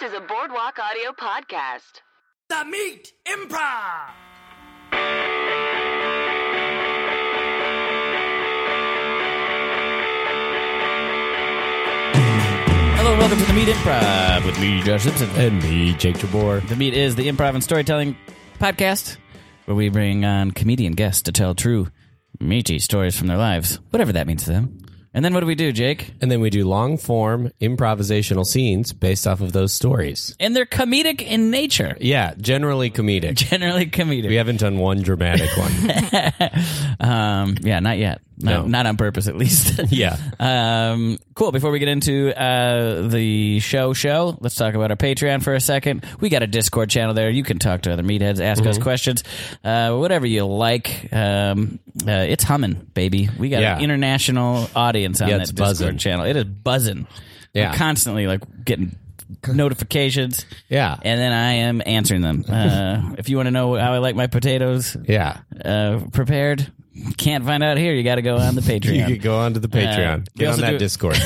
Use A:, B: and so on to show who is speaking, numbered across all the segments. A: to the Boardwalk Audio Podcast.
B: The Meat Improv.
C: Hello and welcome to the Meat Improv with me, Josh Simpson.
D: And me, Jake Jabor.
C: The Meat is the improv and storytelling podcast where we bring on comedian guests to tell true, meaty stories from their lives, whatever that means to them. And then what do we do, Jake?
D: And then we do long form improvisational scenes based off of those stories.
C: And they're comedic in nature,
D: Yeah, generally comedic.
C: generally comedic.
D: We haven't done one dramatic one.
C: Um, yeah, not yet. Not,
D: No.
C: not on purpose, at least.
D: Yeah.
C: Um, cool. Before we get into uh, the show, show, let's talk about our Patreon for a second. We got a Discord channel there. You can talk to other meatheads, ask
D: Mm-hmm.
C: us questions, uh, whatever you like. Um, uh, it's humming, baby. We got
D: Yeah.
C: an international audience on
D: Yeah,
C: that
D: it's
C: Discord
D: buzzing.
C: channel. It is buzzing.
D: Yeah.
C: I'm constantly like getting notifications.
D: Yeah.
C: And then I am answering them. Uh, if you want to know how I like my potatoes,
D: Yeah.
C: uh, prepared. Can't find out here. You got to go on the
D: You
C: Patreon.
D: could go on to the Patreon.
C: Uh, we
D: Get on
C: also
D: that
C: do-
D: Discord.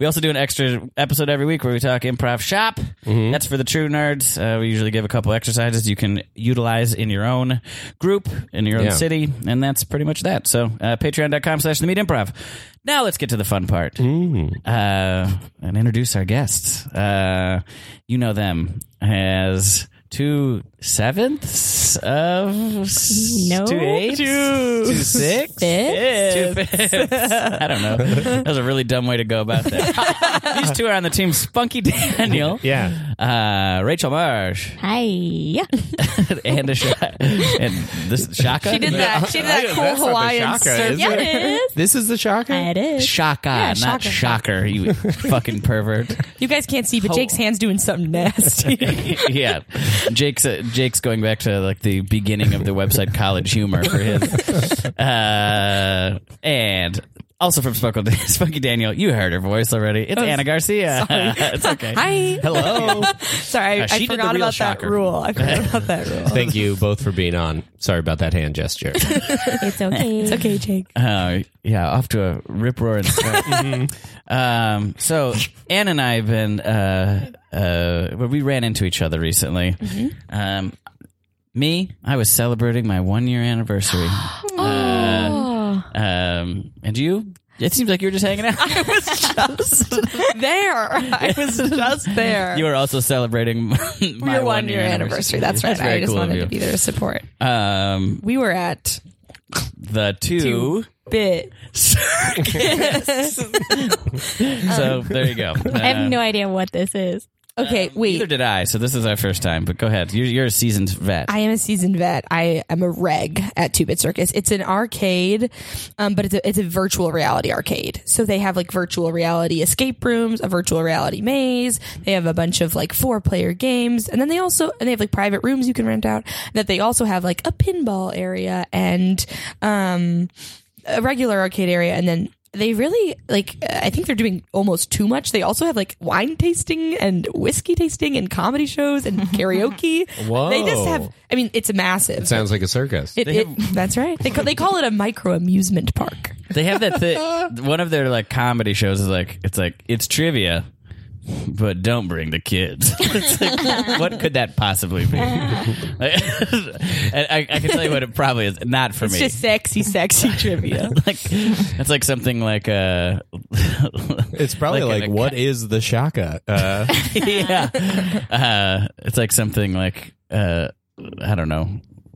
C: we also do an extra episode every week where we talk improv shop. That's for the true nerds. Uh, we usually give a couple exercises you can utilize in your own group, in your own
D: Yeah.
C: city, and that's pretty much that. So uh, patreon.com slash the meat improv. Now let's get to the fun part uh, and introduce our guests. Uh, you know them as two sevenths of
E: No.
C: two eighths,
E: Two
C: two six,
E: fifths?
C: Two fifths. I don't know. That was a really dumb way to go about that. These two are on the team: Spunky Daniel,
D: yeah.
C: uh, Rachel Marsh,
E: Hi. Yeah.
C: and a sh- and this Shaka.
E: She did that. She did that cool
D: That's not the
E: Hawaiian
D: shaka,
E: surf.
D: is
E: Yeah,
D: it?
E: it is.
D: This is the shocker?
E: It is.
C: Shaka, not
E: Shaka.
C: shocker. You fucking pervert.
E: You guys can't see, but Jake's hands doing something nasty.
C: yeah, Jake's uh, Jake's going back to like the beginning of the website College Humor for his, uh, and also from Spunky, Spunky Daniel. You heard her voice already. It's Anna Garcia. it's okay.
E: Hi.
C: Hello.
E: Sorry, I,
C: Uh, she
E: I
C: did the
E: forgot
C: real
E: about
C: shocker.
E: that rule. I forgot about that rule.
D: Thank you both for being on. Sorry about that hand gesture.
E: It's okay. It's okay, Jake.
C: Uh, yeah, off to a rip roaring start.
E: Mm-hmm.
C: um, so Ann and I have been uh, uh, well, we ran into each other recently.
E: Mm-hmm.
C: Um, me, I was celebrating my one year anniversary. Uh,
E: Oh.
C: um, and you? It seems like you were just hanging out.
E: I was just there. I was just there.
C: You were also celebrating my
E: Your
C: one
E: year anniversary. That's right.
C: That's
E: I
C: very
E: just
C: cool of
E: wanted
C: you.
E: to be there to support.
C: Um,
E: We were at
C: the two.
E: Bit.
C: So
E: Uh.
C: there you go.
F: I have no idea what this is.
C: uh,
E: Okay, wait.
C: Neither did I. So this is our first time. But go ahead. You're, you're a seasoned vet.
E: I am a seasoned vet. I am a reg at Two Bit Circus. It's an arcade, um, but it's a, it's a virtual reality arcade. So they have like virtual reality escape rooms, a virtual reality maze. They have a bunch of like four player games, and then they also and they have like private rooms you can rent out. That they also have like a pinball area and um, a regular arcade area, and then. They really like. I think they're doing almost too much. They also have like wine tasting and whiskey tasting and comedy shows and karaoke.
D: Whoa.
E: They just have I mean, it's massive.
D: Sounds like a circus.
E: It- it- that's right. They call, they call it a micro amusement park.
C: They have that thing. One of their like comedy shows is like it's like it's trivia, but don't bring the kids. It's like, what could that possibly be? Like, and I, I can tell you what it probably is. Not for
E: It's
C: me.
E: just sexy, sexy trivia.
C: like that's like something like uh
D: It's probably
C: Like
D: like,
C: an ac-
D: what is the shaka? Uh,
C: yeah uh it's like something like uh i don't know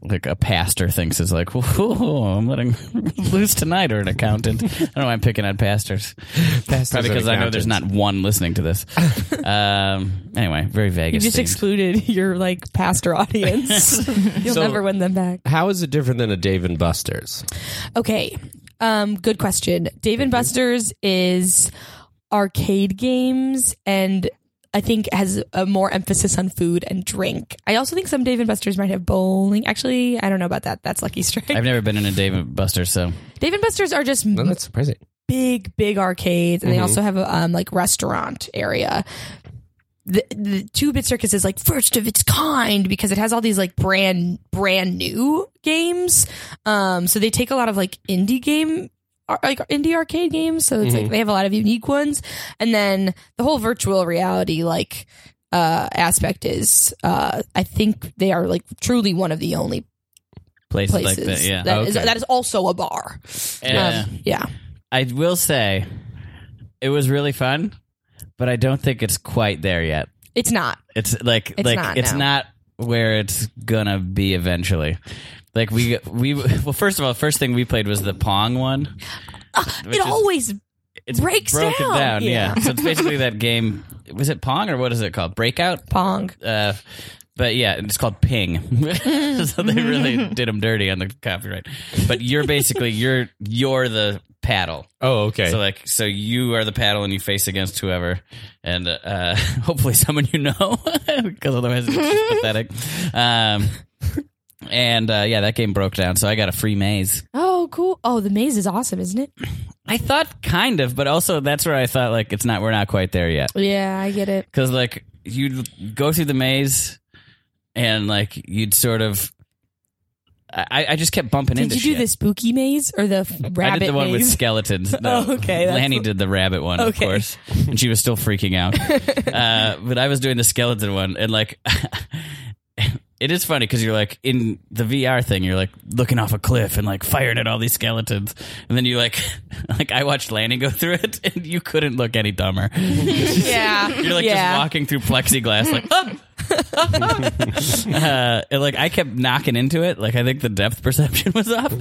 C: like a pastor thinks is like "Whoa, i'm letting loose tonight or an accountant i don't know why i'm picking on pastors probably because i know there's not one listening to this um anyway very vague
E: You just excluded your like pastor audience. You'll
D: So-
E: never win them back.
D: How is it different than a Dave and Buster's?
E: Okay. Um, good question. Dave and Buster's is arcade games and I think has a more emphasis on food and drink. I also think some Dave and Buster's might have bowling. Actually, I don't know about that. That's Lucky Strike.
C: I've never been in a Dave and Buster, so
E: Dave and Buster's are just
D: No, that's surprising.
E: big, big arcades,
C: Mm-hmm.
E: and they also have a um, like restaurant area. The, the two bit circus is like first of its kind because it has all these like brand brand new games. Um, so they take a lot of like indie game. ar- Like indie arcade
C: Mm-hmm.
E: games, so it's like they have a lot of unique ones, and then the whole virtual reality like uh, aspect is uh, I think they are like truly one of the only
C: places, like
E: places
C: that. Yeah.
E: that is-
D: Okay.
E: that is also a bar.
C: yeah.
E: Um, yeah.
C: I will say it was really fun, but I don't think it's quite there yet.
E: It's not.
C: It's like
E: It's
C: like
E: not,
C: it's
E: no.
C: not where it's gonna be eventually. Like we we well first of all first thing we played was the pong one. Which
E: Uh, it
C: is-
E: always
C: it's
E: breaks
C: broken down.
E: down.
C: yeah. so it's basically that game. Was it pong or what is it called? Breakout.
E: pong.
C: Uh, but yeah, it's called Ping. so they really did him dirty on the copyright. But you're basically you're you're the paddle.
D: Oh, okay.
C: So like, so you are the paddle and you face against whoever, and uh, hopefully someone you know, because otherwise it's just pathetic. Um, and uh, yeah, that game broke down, so I got a free maze.
E: Oh, cool. Oh, the maze is awesome, isn't it?
C: I thought kind of, but also that's where I thought like it's not we're not quite there yet
E: Yeah, I get it.
C: because like you'd go through the maze and like you'd sort of. I, I just kept bumping
E: Did
C: into.
E: you do
C: shit.
E: the spooky maze or the f-
C: I
E: rabbit
C: did the one
E: maze?
C: with skeletons. though.
E: Oh, okay, that's
C: Lanny
E: what-
C: did the rabbit one, of
E: Okay.
C: course, and she was still freaking out. uh, but I was doing the skeleton one, and like, it is funny because you're like in the VR thing, you're like looking off a cliff and like firing at all these skeletons, and then you like, like I watched Lanny go through it, and you couldn't look any dumber.
E: yeah.
C: You're like just walking through plexiglass, like up. uh, and, like I kept knocking into it. Like I think the depth perception was up.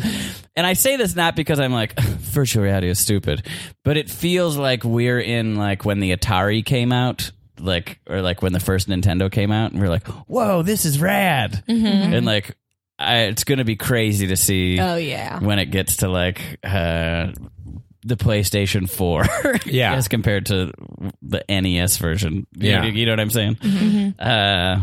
C: And I say this not because I'm like virtual reality is stupid, but it feels like we're in like when the Atari came out. Like or like when the first Nintendo came out, and we are like, "Whoa, this is rad!"
E: Mm-hmm.
C: And like, I, it's gonna be crazy to see
E: Oh, yeah.
C: when it gets to like uh, the PlayStation 4.
D: Yeah.
C: As compared to the NES version. You-
D: Yeah.
C: You, know what I'm saying?
E: Mm-hmm.
C: Uh,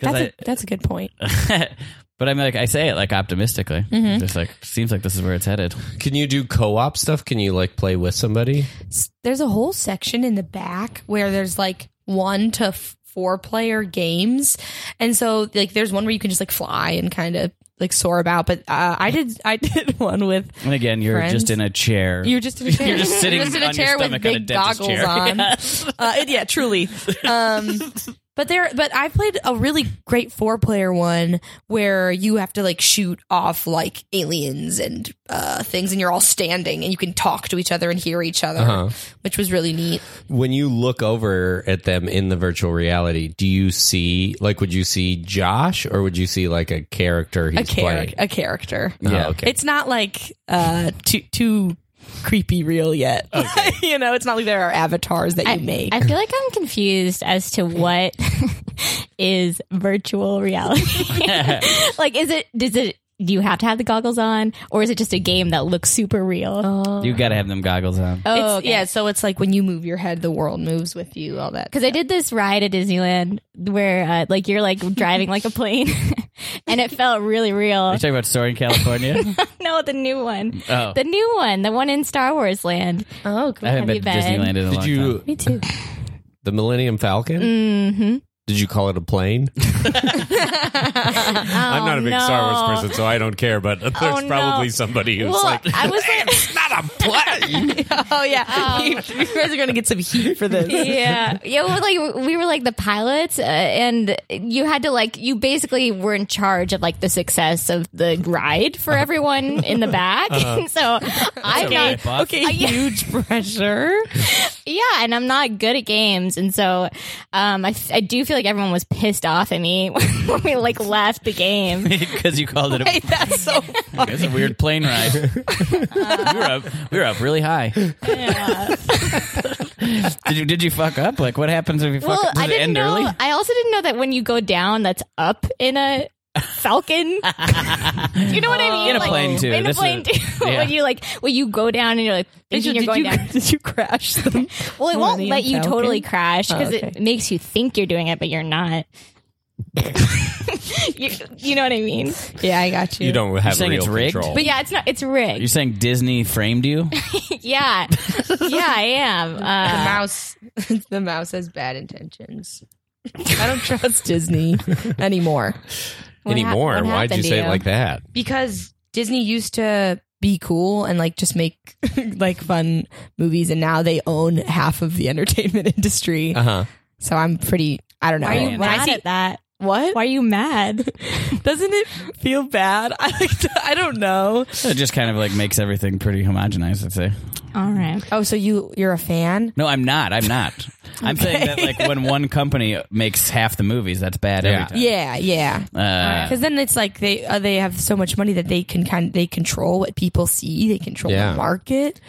C: 'cause
E: That's, a, that's Mm-hmm. a good point.
C: I- but I'm like, I say it like optimistically. It's like, seems like this is where it's headed.
D: Can you do co-op stuff? Can you like play with somebody?
E: s- there's a whole section in the back where there's like one to f- four player games and so like there's one where you can just like fly and kind of like soar about but uh, i did i did one with
C: And again, you're
E: Friends.
C: just in a chair.
E: you're just in a chair
C: You're just sitting
E: just in a
C: on your
E: chair with
C: stomach on a
E: big
C: dentist
E: goggles
C: chair.
E: on
C: Yes.
E: uh, it- yeah truly um but there but i played a really great four player one where you have to like shoot off like aliens and uh things and you're all standing and you can talk to each other and hear each other
C: Uh-huh.
E: which was really neat
D: When you look over at them in the virtual reality, do you see like would you see Josh or would you see like a character he's
E: a
D: playing?
E: character a character
D: Yeah. Oh, okay.
E: it's not like uh too too creepy real yet you know it's not like there are avatars that you make
F: I feel like I'm confused as to what is virtual reality. like, is it, does it, do you have to have the goggles on or is it just a game that looks super real?
C: you got to have them goggles on.
E: It's-
F: oh,
E: yeah so it's like when you move your head the world moves with you all that
F: Because I did this ride at Disneyland where, uh, like, you're like driving like a plane, and it felt really
C: Are
F: real.
C: you talking about Soaring California?
F: no, the new one,
C: oh.
F: the new one, the one in Star Wars Land.
E: oh
C: I haven't been to Disneyland in a long
D: Did you
C: time.
F: Me too.
D: the Millennium Falcon?
F: Mm-hmm.
D: Did you call it a plane? I'm not a big Star Wars person, so I don't care. But there's
F: Oh, no.
D: probably somebody who's
F: Well,
D: like,
F: I was like,
D: "It's not a plane."
E: oh yeah you, you guys are gonna get some heat for this
F: Um, yeah, yeah. Well, like we were like the pilots, uh, and you had to like you basically were in charge of like the success of the ride for everyone in the back. so I'm not
C: Buff.
E: okay huge pressure
F: Yeah, and I'm not good at games, and so um, I, I do feel like everyone was pissed off at me when we like left the game.
C: Because you called it a
E: Hey, that's so funny.
C: It's a weird plane ride. we were up. We were up really high. did you Did you fuck up? Like, what happens if you fuck
F: Well,
C: up? Does
F: I
C: it
F: didn't
C: end
F: know.
C: early?
F: I also didn't know that when you go down, that's up in a Falcon. you know what I mean?
C: In a plane, too.
F: In a
C: This is-
F: plane too.
C: yeah.
F: when you like, when you go down and you're like, thinking you're going down.
E: did you crash them
F: Well, it won't
E: Millennium
F: let you
E: Falcon?
F: totally crash because
E: Oh, okay.
F: it makes you think you're doing it, but you're not. you, you know what I mean?
E: yeah i got you
D: You don't have
C: saying
D: real
C: it's rigged?
D: control.
F: But yeah, it's not. It's
C: You're
F: rigged.
C: saying Disney framed you?
F: Yeah, yeah, I am.
E: the
F: Uh,
E: mouse the mouse has bad intentions i don't trust disney anymore
F: what hap-
D: anymore. Why'd
F: what
D: you
F: happened to
D: say it like that?
E: because Disney used to be cool and like just make like fun movies and now they own half of the entertainment industry.
D: Uh huh.
E: So I'm pretty. I don't know.
G: Why are you
C: Man.
G: mad
E: I see-
G: at that?
E: what?
G: Why are you mad?
E: Doesn't it feel bad? I like to, I don't know.
C: It just kind of like makes everything pretty homogenized, I'd say.
G: All right.
E: Oh, so you you're a fan?
C: No, I'm not. I'm not. I'm saying that like when one company makes half the movies, that's bad
D: Yeah.
C: every time.
E: Yeah, yeah.
C: Uh,
E: Because then it's like they uh, they have so much money that they can kind of, they control what people see. They control
D: Yeah.
E: the market.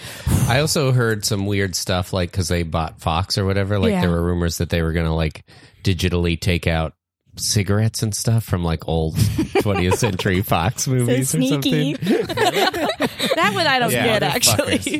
D: I also heard some weird stuff, like because they bought Fox or whatever. Like
E: Yeah.
D: there were rumors that they were gonna like digitally take out cigarettes and stuff from like old 20th century Fox movies or
G: sneaky.
D: something.
E: That one I don't
D: Yeah,
E: get actually.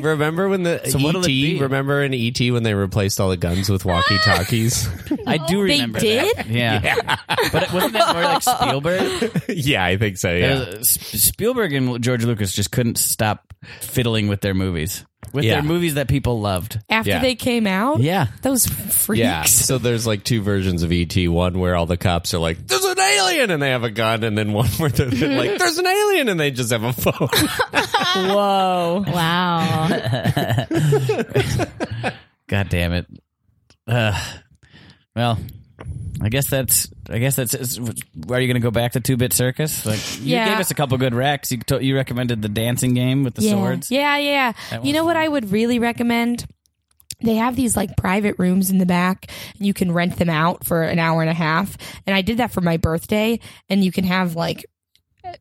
D: Remember when the
C: So what'll it be?
D: ET? Remember in ET when they replaced all the guns with walkie talkies?
C: I do remember
E: did?
C: that. Yeah. but it- wasn't that more like Spielberg?
D: yeah, I think so. Yeah,
C: Uh, S- Spielberg and George Lucas just couldn't stop fiddling with their movies. With
D: Yeah.
C: their movies that people loved.
E: After
D: Yeah.
E: they came out,
C: Yeah.
E: those freaks.
D: yeah. So there's like two versions of ET. One where all the cops are like, "There's an alien," and they have a gun, and then one where they're like, "There's an alien," and they just have a phone.
E: Whoa.
F: Wow.
C: God damn it. Uh, well, I guess that's. I guess that's. it's- Are you going to go back to Two Bit Circus? Like you
E: Yeah.
C: gave us a couple good recs. You to, you recommended the dancing game with the
E: yeah.
C: swords.
E: Yeah, yeah. You know what I would really recommend? They have these like private rooms in the back and you can rent them out for an hour and a half. And I did that for my birthday and you can have like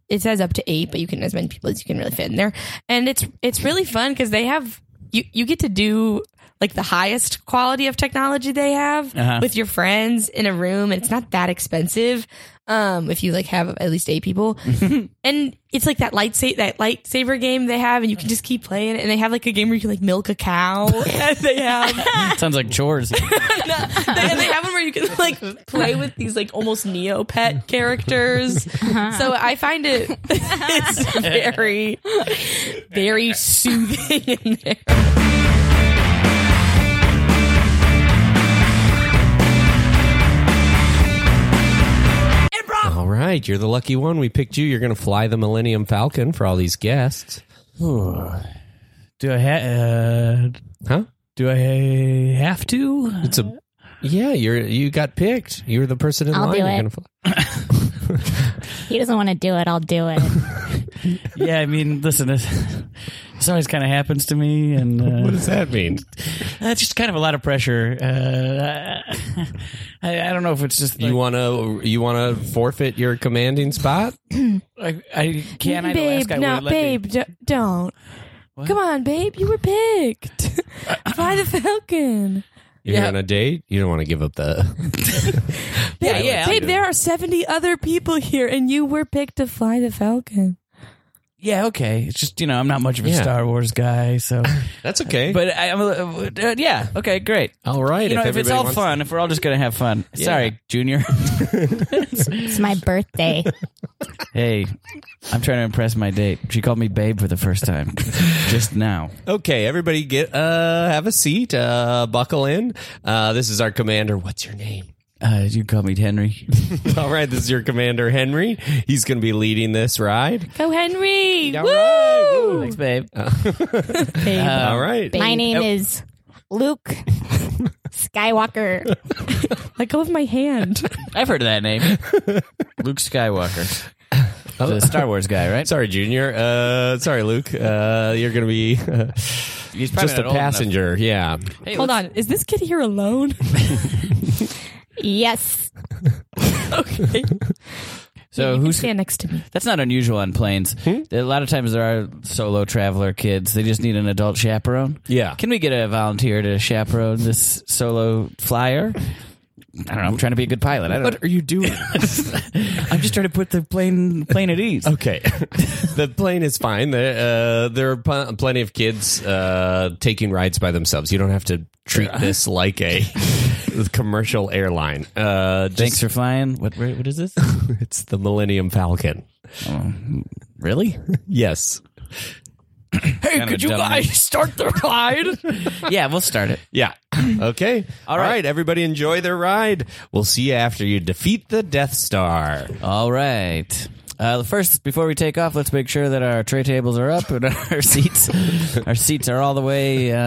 E: it says up to 8, but you can as many people as you can really fit in there. And it's it's really fun cuz they have you you get to do like the highest quality of technology they have with your friends in a room and it's not that expensive um if you like have at least 8 people and it's like that light that lightsaber game they have, and you can just keep playing it. And they have like a game where you can like milk a cow. and they have
C: Sounds like chores.
E: and they have one where you can like play with these like almost Neopet characters. So I find it it's very very soothing in there.
B: Improv!
D: All right, you're the lucky one. We picked you. You're going to fly the Millennium Falcon for all these guests,
C: do I ha- uh,
D: huh?
C: do I have to?
D: It's a yeah. You're you got picked. You were the person in
F: I'll
D: line.
F: do
D: You're
F: it.
D: gonna fly.
F: he doesn't want to do it. I'll do it.
C: yeah, I mean, listen, this, this always kind of happens to me, and
D: What
C: uh,
D: does that mean?
C: that's Uh, just kind of a lot of pressure. Uh, I, I don't know if it's just
D: You
C: like,
D: want to you want to forfeit your commanding spot?
C: I, I can't. I
E: babe,
C: Alaska, I
E: no,
C: wouldn't let me-
E: babe, d- don't. Come on, babe, you were picked. Fly the Falcon.
D: You're
C: Yeah.
D: on a date. You don't want to give up the.
E: Babe,
C: yeah, I'll
E: babe
C: do
E: there are 70 other people here, and you were picked to fly the Falcon.
C: Yeah, okay. It's just you know I'm not much of a
D: Yeah.
C: Star Wars guy, so.
D: That's okay.
C: But I, I'm, a- uh, yeah, okay, great.
D: all right,
C: You know, if it's
D: everybody
C: all
D: wants-
C: fun, if we're all just gonna have fun. Sorry, Junior.
F: It's my birthday.
C: hey, I'm trying to impress my date. She called me babe for the first time, just now.
D: Okay, everybody get uh have a seat, uh buckle in. Uh this is our commander. What's your name?
C: Uh, you called me Henry.
D: All right, this is your commander Henry. He's going to be leading this ride.
E: Go, Henry.
D: All right. woo.
C: Thanks, babe.
D: All right.
F: My name is Luke Skywalker.
E: Let go of my hand.
C: I've heard of that name, Luke Skywalker. The Star Wars guy, right?
D: Sorry, Junior. Uh, sorry, Luke. Uh, you're going to be uh,
C: He's probably
D: just a
C: not old enough.
D: passenger. Yeah.
C: Hey,
E: Hold
C: let's-
E: on. Is this kid here alone?
F: Yes.
E: okay.
C: So who's
E: stand next to me?
C: that's not unusual on planes. A lot of times there are solo traveler kids. They just need an adult chaperone.
D: Yeah.
C: Can we get a volunteer to chaperone this solo flyer? I don't know. I'm trying to be a good pilot. I don't.
D: What are you doing?
C: I'm just trying to put the plane plane at ease.
D: okay. the plane is fine. There, uh, there are pl- plenty of kids uh, taking rides by themselves. You don't have to treat
C: Uh-huh.
D: this like a commercial airline. Uh,
C: Thanks
D: just,
C: for flying. What where- what is this?
D: It's the Millennium Falcon.
C: really?
D: Yes.
C: Hey, could you guys
E: Start the ride.
C: Yeah, we'll start it.
D: Yeah. Okay. All right.
C: right.
D: Everybody enjoy their ride. We'll see you after you defeat the Death Star.
C: All right. Uh, first, before we take off, let's make sure that our tray tables are up and our seats, our seats are all the way uh,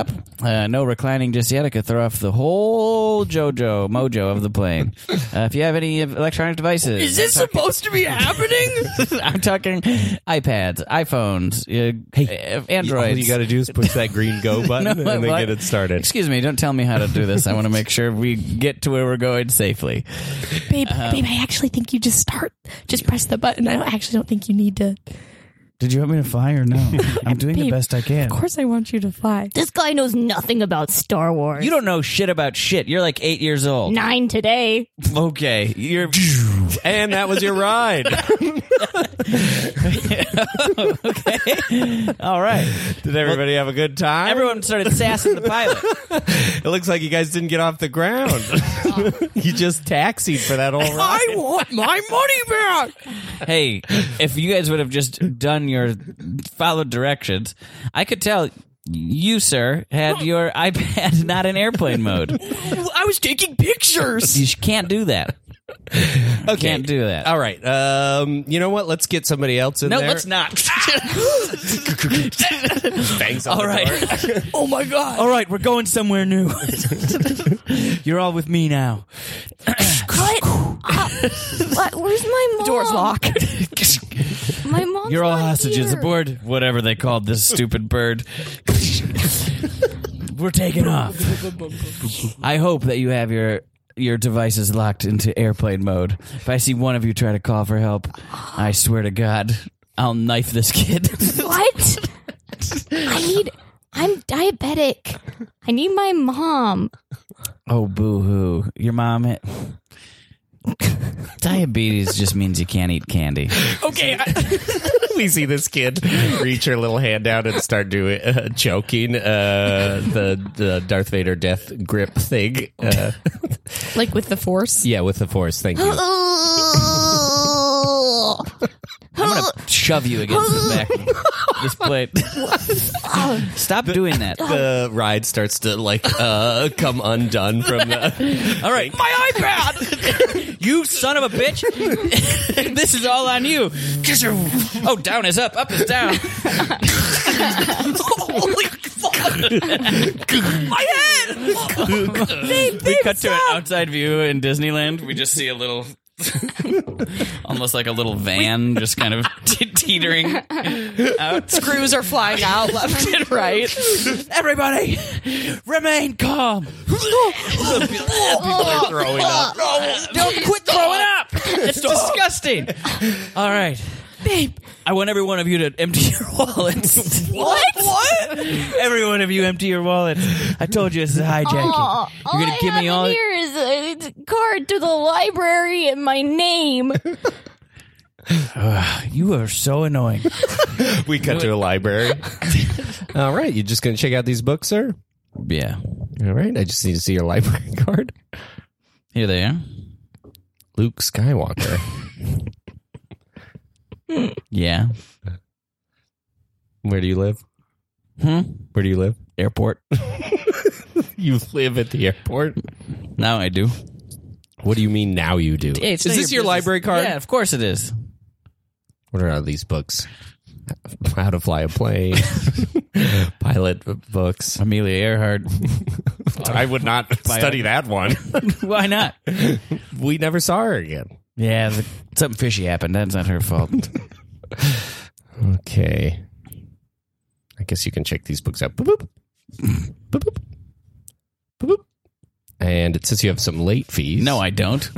C: up. Uh, no reclining just yet. It could throw off the whole JoJo mojo of the plane. Uh, if you have any electronic devices,
B: Is this supposed to be happening?
C: I'm talking iPads, iPhones, uh, uh,
D: All
C: Androids.
D: you got to do is push that green go button and then
C: what?
D: get it started.
C: Excuse me, don't tell me how to do this. I want to make sure we get to where we're going safely.
E: babe, babe, I actually think you just start, just press the button. I don't, actually don't think you need to.
C: Did you want me to fly or no? I'm doing
E: Babe,
C: the best I can.
E: Of course, I want you to fly.
F: This guy knows nothing about Star Wars.
C: You don't know shit about shit. You're like eight years old.
F: Nine today.
C: Okay, you're
D: And that was your ride.
C: all right.
D: Did everybody have a good time?
C: Everyone started sassing the pilot.
D: It looks like you guys didn't get off the ground. you just taxied for that whole ride.
B: I want my money back.
C: hey, if you guys would have just done your followed directions, I could tell you, sir, had your iPad not in airplane mode.
B: I was taking pictures.
C: You sh- can't do that.
D: Okay.
C: Can't do that.
D: All right. Um, you know what? Let's get somebody else in
C: No,
D: there.
C: let's not.
D: Bangs on
C: All
D: the
C: right.
D: door.
B: Oh my god.
C: All right, we're going somewhere new. You're all with me now.
F: What? Uh, what? Where's my mom?
E: Doors
C: Oh.
E: locked.
F: My mom's
C: You're all
F: not
C: hostages
F: here.
C: aboard whatever they called this stupid bird. We're taking off. I hope that you have your your devices locked into airplane mode. If I see one of you try to call for help, I swear to God, I'll knife this kid.
F: What? I need. I'm diabetic. I need my mom.
C: oh, boo hoo! Your mom. eh? Diabetes just means you can't eat candy.
B: Okay.
D: we see this kid reach her little hand out and start doing uh, choking uh, the the Darth Vader death grip thing. Uh,
E: Like with the force.
D: yeah, with the force. Thank you.
C: I'm gonna shove you against this back, this plate. Stop doing that.
D: The ride starts to like uh, come undone from the.
C: All right, my iPad. you son of a bitch. this is all on you. Oh, down is up, up is down.
B: Holy fuck. my head.
C: we cut to an outside view in Disneyland. We just see a little. Almost like a little van, just kind of te- teetering out.
E: Screws are flying out left and right.
C: Everybody, remain calm.
D: They're throwing up.
C: Don't quit throwing up. It's disgusting. All right. Babe. I want every one of you to empty your wallets.
B: What? What?
C: every one of you empty your wallets. I told you it's a hijacking.
F: Oh, all
C: gonna
F: I
C: give
F: have
C: me all-
F: in here is a card to the library and my name.
C: You are so annoying.
D: We cut to a library. All right, you just gonna check out these books, sir?
C: yeah.
D: All right, I just need to see your library card.
C: Here they are.
D: Luke Skywalker.
C: Yeah.
D: Where do you live?
C: Hmm?
D: Where do you live?
C: Airport.
D: You live at the airport.
C: Now I do.
D: What do you mean now you do?
E: It's
D: Is
E: not
D: this
E: your
D: your library card?
C: Yeah, of course it is.
D: What are all these books? How to fly a plane, pilot books.
C: Amelia Earhart.
D: I would not study that one.
C: Why not?
D: we never saw her again.
C: Yeah, the, something fishy happened. That's not her fault.
D: Okay. I guess you can check these books out. Boop, boop. Boop, boop. Boop, boop. And it says you have some late fees.
C: No, I don't.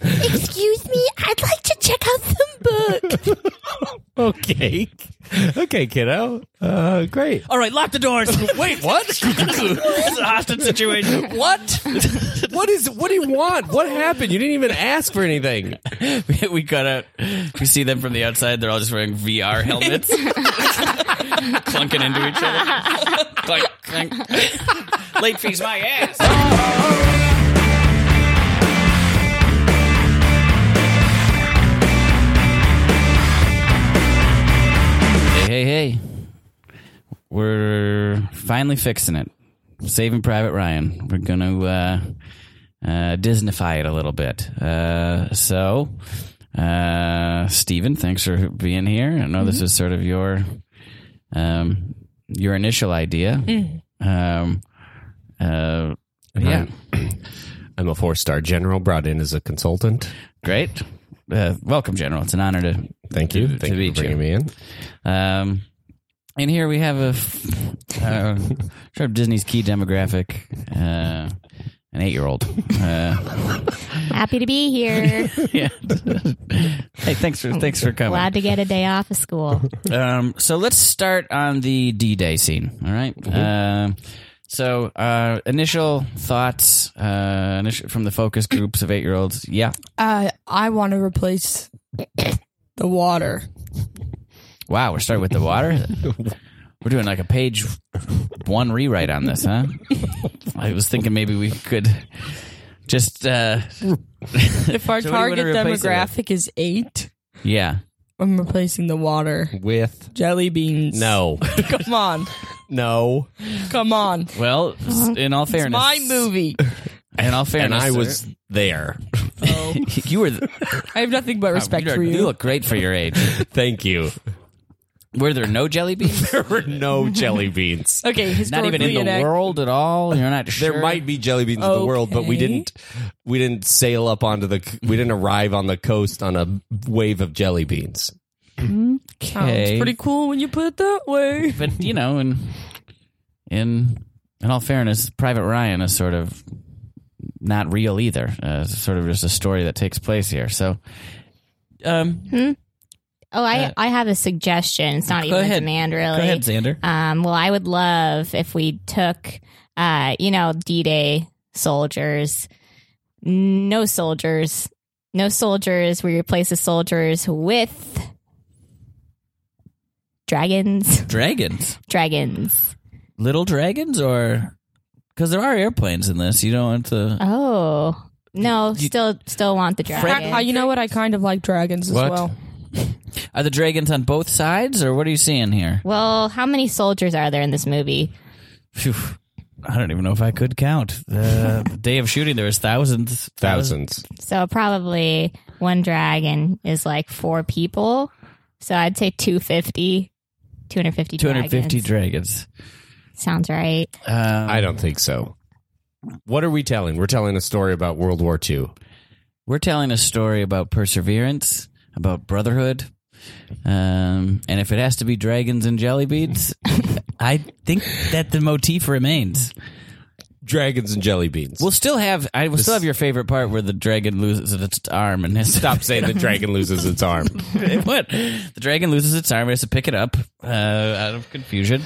F: Excuse me, I'd like to check out some book.
D: Okay. Okay, kiddo. Uh, great.
C: All right, lock the doors. Wait, what? it's a hostage situation. What?
D: What is? What do you want? What happened? You didn't even ask for anything.
C: we cut out. We see them from the outside. They're all just wearing VR helmets, clunking into each other. clunk, clunk. Late fees, my ass. Hey, hey, hey! We're finally fixing it. Saving Private Ryan. We're gonna. Uh, uh, Disneyfy it a little bit. Uh, so, uh, Steven, thanks for being here. I know this is sort of your um, your initial idea. Um, uh, yeah,
D: I'm a four star general brought in as a consultant.
C: great. Uh, welcome, General. It's an honor to
D: Thank you.
C: To
D: Thank you
C: meet
D: for bringing
C: you.
D: me in.
C: Um, and here we have a f- uh, sort of Disney's key demographic, uh, an eight-year-old. Uh,
F: Happy to be here.
C: yeah. hey, thanks for thanks for coming.
F: Glad to get a day off of school.
C: Um, so let's start on the D Day scene. All right?
E: Mm-hmm.
C: Um, so uh, initial thoughts uh, initial, from the focus groups of eight year olds. Yeah.
E: Uh, I want to replace the water.
C: Wow. We're starting with the water. We're doing like a page one rewrite on this, huh? I was thinking maybe we could just uh,
E: If our
C: So what do you
E: target
C: wanna replace it
E: demographic is eight,
C: yeah.
E: I'm replacing the water.
D: With
E: Jelly beans.
D: no,
E: Come on.
D: no,
E: Come on.
C: Well, s- in all fairness,
E: Uh-huh. My movie.
C: In all
D: and
C: fairness,
D: I
C: sir,
D: was there.
C: you were the,
E: I have nothing but respect
C: you,
E: for you.
C: you look great for your age.
D: Thank you.
C: Were there no jelly beans?
D: There were no jelly beans.
E: okay,
C: not
E: historically
C: even in the
E: inac-
C: world at all. You're not sure.
D: There might be jelly beans in the world, but we
E: Okay.
D: didn't. We didn't sail up onto the. c- We didn't arrive on the coast on a wave of jelly beans.
E: Sounds
C: okay,
E: Oh, pretty cool when you put it that way.
C: but you know, in in in all fairness, Private Ryan is sort of not real either. Uh, it's sort of just a story that takes place here. So, um,
F: Oh, I, I have a suggestion. It's
C: Uh,
F: not
C: Go
F: even
C: ahead.
F: a demand, really.
C: go ahead, Xander.
F: Um, well, I would love if we took, uh, you know, D Day soldiers, no soldiers, no soldiers. We replace the soldiers with dragons,
C: Dragons,
F: dragons.
C: little dragons, or because there are airplanes in this. You don't want to.
F: Oh no,
C: You-
F: still, still want the dragons.
E: Uh, you know what? I kind of like dragons as
D: What?
E: well.
C: Are the dragons on both sides, or what are you seeing here?
F: well, how many soldiers are there in this movie?
C: Phew. I don't even know if I could count. Uh, the day of shooting, there was thousands,
D: Uh, Thousands.
F: So probably one dragon is like four people. So I'd say 250, 250
C: two hundred fifty
F: dragons.
C: dragons.
F: Sounds right.
C: Um,
D: I don't think so. What are we telling? We're telling a story about World War II.
C: we're telling a story about perseverance, about brotherhood. Um, and if it has to be dragons and jelly beans, I think that the motif remains.
D: Dragons and jelly beans.
C: We'll still have I will still have your favorite part where the dragon loses its arm and has
D: stop saying the dragon loses its arm.
C: what the dragon loses its arm and has to pick it up uh, out of confusion.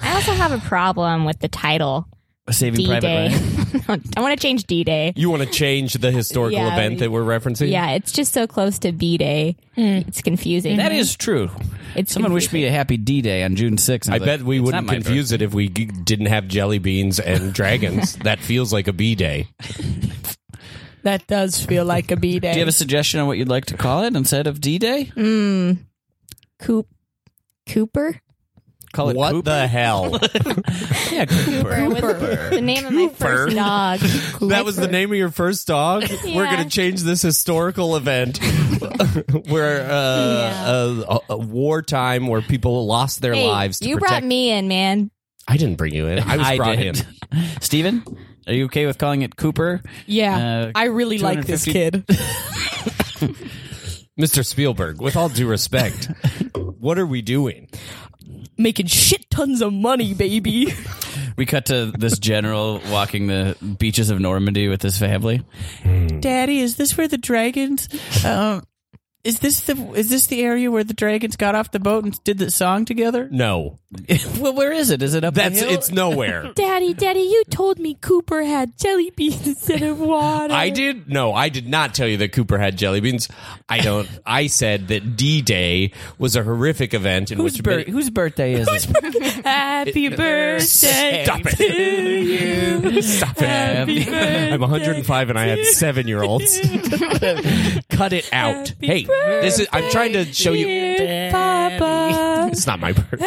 F: I also have a problem with the title
C: Saving
F: D
C: Private
F: Day.
C: Ryan.
F: I want to change D Day.
D: You want to change the historical
F: Yeah.
D: event that we're referencing?
F: Yeah, it's just so close to B Day. It's confusing.
C: That is true.
F: It's
C: Someone wished me a happy D Day on June 6th.
D: I
C: was like,
D: bet we
C: "It's
D: wouldn't
C: not my
D: confuse it if we g- didn't have jelly beans and dragons. that feels like a B day.
E: That does feel like a B day.
C: Do you have a suggestion on what you'd like to call it instead of D Day?
F: Coop Cooper.
C: Call it
D: What
C: Cooper?
D: the hell?
C: Yeah, Cooper.
F: Cooper. The name of my first dog.
D: that was the name of your first dog. We're
F: Yeah.
D: going to change this historical event where uh, uh, a, a wartime where people lost their
F: Hey,
D: lives. To
F: you
D: protect-
F: brought me in, man.
D: I didn't bring you in. I was brought in.
C: Steven, are you okay with calling it Cooper?
E: yeah,
C: Uh,
E: I really like this
C: 250
E: kid.
D: Mr. Spielberg, with all due respect, what are we doing?
E: Making shit tons of money, baby.
C: We cut to this general walking the beaches of Normandy with his family.
D: Hmm.
C: Daddy, is this where the dragons? Um, is this the is this the area where the dragons got off the boat and did the song together?
D: No,
C: well, where is it? Is it up? the
D: that's
C: hill?
D: it's nowhere.
E: Daddy, Daddy, you told me Cooper had jelly beans instead of water.
D: I did no, I did not tell you that Cooper had jelly beans. I don't. I said that D Day was a horrific event in
C: Whose,
D: which
C: bir- whose birthday is it?
E: Happy birthday
D: Stop
E: to
D: it.
E: you.
D: Stop
E: Happy
D: it.
E: birthday.
D: I'm 105 and I had seven year olds. Cut it out.
E: Happy
D: hey, this is. I'm trying to show you.
E: Dear Papa.
D: It's not my birthday.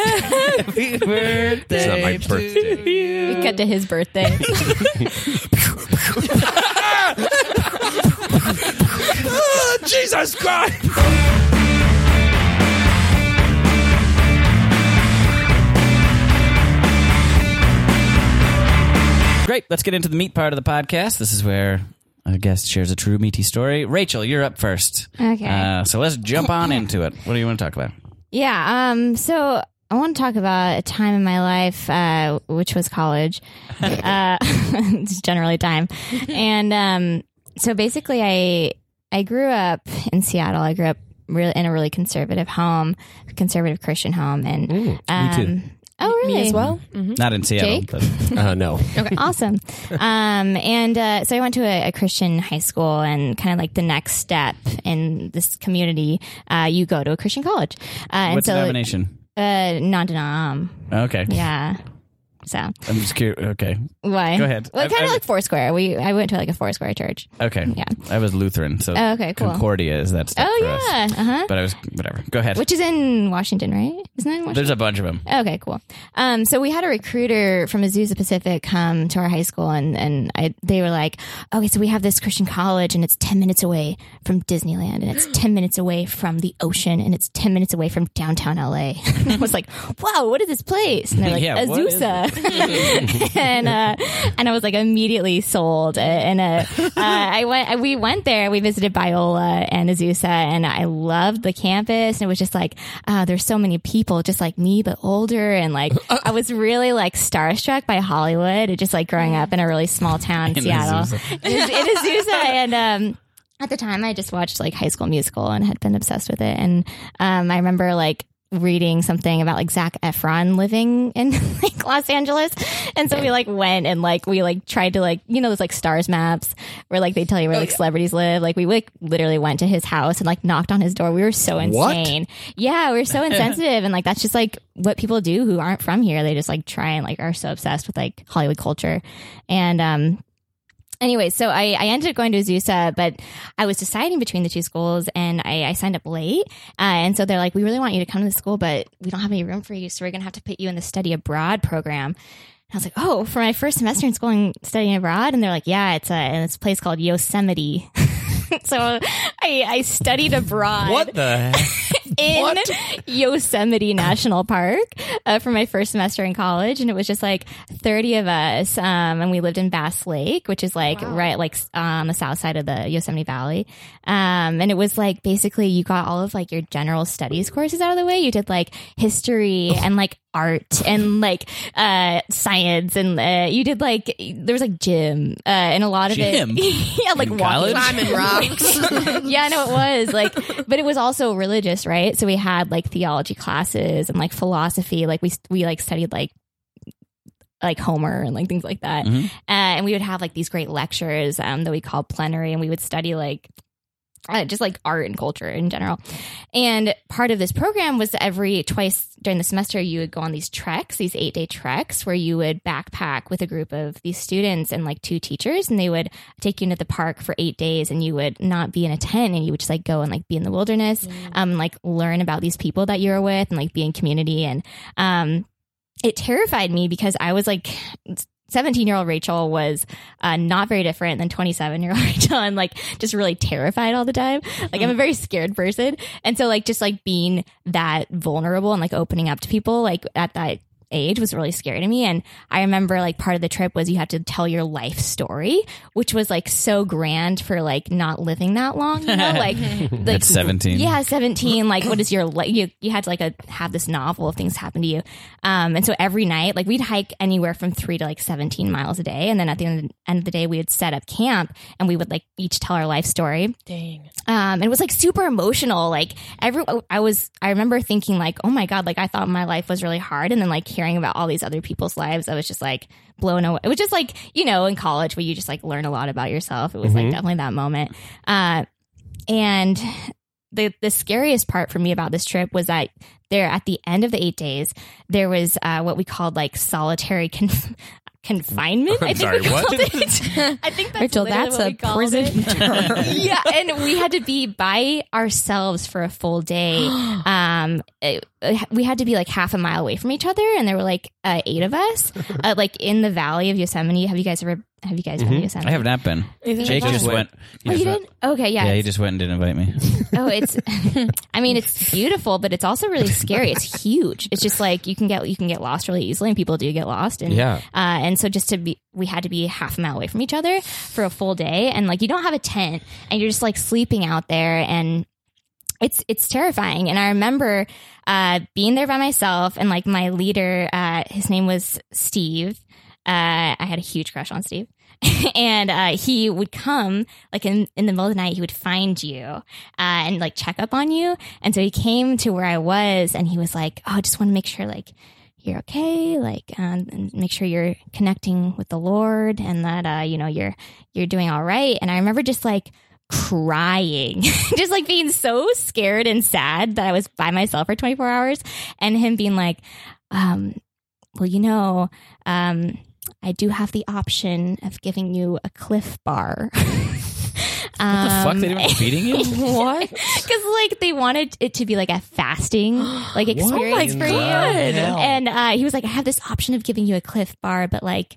C: Happy birthday!
D: It's not my birthday.
F: We cut to his birthday.
D: Oh,
B: Please subscribe.
C: Great. Let's get into the meat part of the podcast. This is where a guest shares a true meaty story. Rachel, you're up first.
F: Okay.
C: Uh, so let's jump on into it. What do you want to talk about?
F: Yeah. Um. So I want to talk about a time in my life, uh, which was college. uh, it's generally time, and um. So basically, I I grew up in Seattle. I grew up really in a really conservative home, conservative Christian home, and um. Oh, really?
E: as well.
C: Not in Seattle.
F: Jake?
C: But
D: Uh, no.
F: awesome. Um, and uh, so I went to a, a Christian high school, and kind of like the next step in this community, uh, you go to a Christian college. Uh, and
C: what's
F: so,
C: the nomination?
F: Uh, non-denom.
C: Okay.
F: Yeah. So
C: I'm just curious. Okay.
F: why?
C: Go ahead.
F: Well,
C: I've-
F: kind of
C: I've-
F: like Foursquare. We I went to like a Foursquare church.
C: Okay.
F: Yeah.
C: I was Lutheran, so
F: Oh, okay, cool.
C: Concordia is that stuff
F: Oh
C: for us.
F: yeah. Uh huh.
C: But I was whatever. Go ahead.
F: Which is in Washington, right? Isn't that in Washington?
C: There's a bunch of them.
F: Okay, cool. Um, so we had a recruiter from Azusa Pacific come to our high school, and and I, they were like, "Okay, so we have this Christian college, and it's ten minutes away from Disneyland, and it's ten minutes away from the ocean, and it's ten minutes away from downtown LA." and I was like, "Wow, what is this place?" And they're like,
C: Yeah, what is
F: "Azusa," and uh, and I was like immediately sold. Uh, And uh, uh, I went, I- we went there. We visited Biola and Azusa, and I loved the campus. And it was just like uh, there's so many people, just like me, but older. And like I was really like starstruck by Hollywood. It just like growing up in a really small town, in Seattle, in in Azusa, and. um at the time I just watched like High School Musical and had been obsessed with it. And um, I remember like reading something about like Zach Efron living in like Los Angeles. And so we like went and like we like tried to like you know those like stars maps where like they tell you where like celebrities live. Like we like literally went to his house and like knocked on his door. We were so
D: What?
F: insane. Yeah, we're so insensitive, and like that's just like what people do who aren't from here. They just like try and like are so obsessed with like Hollywood culture, and um. Anyway, so I, I ended up going to Azusa, but I was deciding between the two schools and I, I signed up late. Uh, and so they're like, we really want you to come to the school, but we don't have any room for you. So we're going to have to put you in the study abroad program. And I was like, oh, for my first semester in school and studying abroad. And they're like, yeah, it's a, and it's a place called Yosemite. so I, I studied abroad
D: What the heck?
F: in Yosemite National Park uh, for my first semester in college, and it was just like thirty of us, um, and we lived in Bass Lake, which is like right like s- on the south side of the Yosemite Valley, um, and it was like basically you got all of like your general studies courses out of the way. You did like history and like art and like uh science and uh, you did like there was like gym uh, and a lot of
C: Gym?
F: it yeah like
C: In
F: walking
C: college?
B: Climbing rocks.
F: yeah, I know it was like, but it was also religious, right? So we had like theology classes and like philosophy. Like we we like studied like like Homer and like things like that,
C: Mhm.
F: uh, and we would have like these great lectures um, that we called plenary, and we would study like. Uh, just like art and culture in general. And part of this program was every twice during the semester, you would go on these treks, these eight day treks, where you would backpack with a group of these students and like two teachers, and they would take you into the park for eight days, and you would not be in a tent, and you would just like go and like be in the wilderness, um, like learn about these people that you're with, and like be in community, and um, it terrified me because I was like. 17 year old Rachel was uh, not very different than 27 year old Rachel. I'm like just really terrified all the time. Like, I'm a very scared person. And so, like, just like being that vulnerable and like opening up to people, like at that age was really scary to me. And I remember like part of the trip was you had to tell your life story, which was like so grand for like not living that long. You know? Like, like
C: At 17.
F: yeah, seventeen. Like, what is your like? You you had to like a, have this novel of things happen to you, um, and so every night, like we'd hike anywhere from three to like seventeen miles a day, and then at the end, end of the day, we would set up camp and we would like each tell our life story.
E: Dang.
F: Um, and it was like super emotional. Like every, oh, I was, I remember thinking like, oh my god, like I thought my life was really hard, and then like hearing about all these other people's lives, I was just like blown away. It was just like you know in college where you just like learn a lot about yourself. It was
D: Mm-hmm.
F: like definitely that moment. Uh, and the the scariest part for me about this trip was that there at the end of the eight days there was uh, what we called like solitary conf- confinement. I think
D: sorry,
F: we
D: what?
F: called it. I think that's
E: Rachel,
F: literally
E: that's
F: what
E: a
F: we called it
E: prison term.
F: yeah, and we had to be by ourselves for a full day. Um, it- we had to be like half a mile away from each other, and there were like uh, eight of us, uh, like in the valley of Yosemite. Have you guys ever Have you guys been to Yosemite?
C: Mm-hmm. I have not been. Jake just went. he
F: Oh,
C: just
F: you
C: went-
F: didn't? Okay, yeah.
C: Yeah, he
F: it's-
C: just went and didn't invite me.
F: oh, it's. I mean, it's beautiful, but it's also really scary. It's huge. It's just like you can get you can get lost really easily, and people do get lost. And
D: Yeah.
F: uh, and so just to be, we had to be half a mile away from each other for a full day, and like you don't have a tent, and you're just like sleeping out there, and it's it's terrifying. And I remember uh, being there by myself, and like my leader, uh, his name was Steve. Uh, I had a huge crush on Steve. and uh, he would come like in, in the middle of the night he would find you uh, and like check up on you and so he came to where i was and he was like oh i just want to make sure like you're okay like um, and make sure you're connecting with the lord and that uh, you know you're you're doing all right and i remember just like crying just like being so scared and sad that i was by myself for 24 hours and him being like um, well you know um, i do have the option of giving you a cliff bar
C: What the fuck?
F: Um,
C: They didn't feeding you?
E: What?
F: because like they wanted it to be like a fasting like experience for you, and uh, he was like, "I have this option of giving you a Cliff Bar, but like,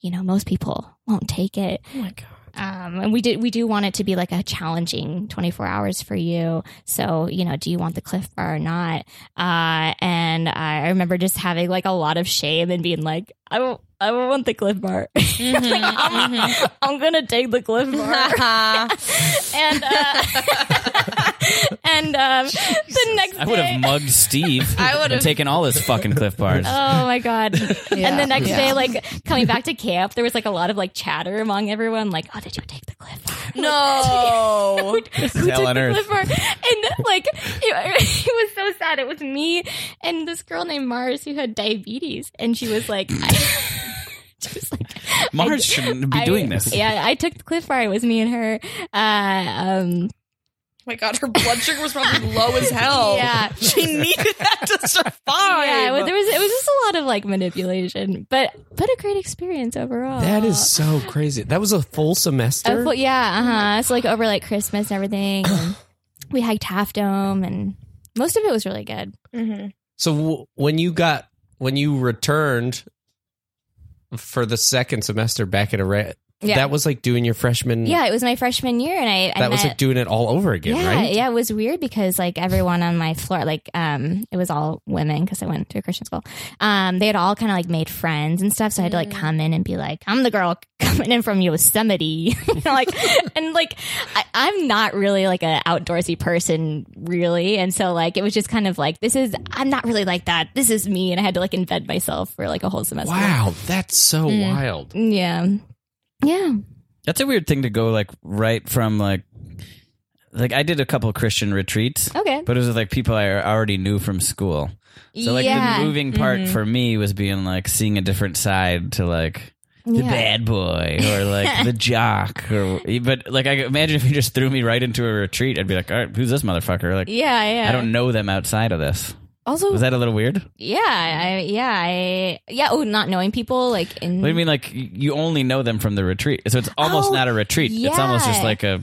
F: you know, most people won't take it." Oh my god! Um, and we did we do want it to be like a challenging twenty four hours for you. So you know, do you want the Cliff Bar or not? Uh, and I remember just having like a lot of shame and being like, "I won't, I won't want the Cliff Bar. like, I'm, I'm gonna take the Cliff Bar." and uh, and um, the next
C: I would
F: day-
C: have mugged Steve. I would have taken all his fucking Cliff Bars.
F: Oh my god! And the next
E: Yeah.
F: day, like coming back to camp, there was like a lot of like chatter among everyone. Like, oh, did you take the cliff? bar?
B: Oh
E: No.
F: Who
C: hell
F: took
C: on
F: the
C: earth.
F: cliff bar? And like, it, it was so sad. It was me and this girl named Mars who had diabetes, and she was like, I, she was like, I-
C: Mars shouldn't be
F: I-
C: doing this.
F: Yeah, I took the cliff bar. It was me and her. Uh, um,
B: my god, her blood sugar was probably low as
C: Oh.
B: hell.
F: yeah.
B: She needed that to survive.
F: Yeah, well, there was it was just a lot of like manipulation, but but a great experience overall.
D: That is so crazy. That was a full semester.
F: Oh, well, yeah, uh huh. so like over like Christmas and everything, and we hiked Half Dome, and most of it was really good.
D: so w- when you got when you returned for the second semester back at a re-
F: Yeah.
D: that was like doing your freshman.
F: Yeah, it was my freshman year, and I,
D: Mm.
F: I
D: that was
F: met-
D: like doing it all over again,
F: yeah,
D: right?
F: yeah, it was weird because like everyone on my floor, like um, it was all women because I went to a Christian school. Um, they had all kind of like made friends and stuff, so I had to like come in and be like, "I'm the girl coming in from Yosemite," You know, like, and like I, I'm not really like a outdoorsy person, really, and so like it was just kind of like this is I'm not really like that. This is me, and I had to like invent myself for like a whole semester.
D: Wow, that's so
F: Mm.
D: wild.
F: Yeah. Yeah.
C: That's a weird thing to go like right from like like I did a couple Christian retreats.
F: Okay.
C: But it was with, like people I already knew from school. So like
F: yeah. Mm-hmm.
C: the moving part for me was being like seeing a different side to like the
F: Yeah.
C: bad boy or like the jock or but like I imagine if you just threw me right into a retreat I'd be like all right who's this motherfucker like
F: Yeah. Yeah.
C: I don't know them outside of this.
E: Also,
C: Was that a little weird?
F: Yeah, I, yeah, I, yeah. Oh, not knowing people like in.
C: What do you mean? Like y- you only know them from the retreat, so it's almost
F: Mm-hmm. Oh,
C: not a retreat. It's
F: yeah.
C: almost just like a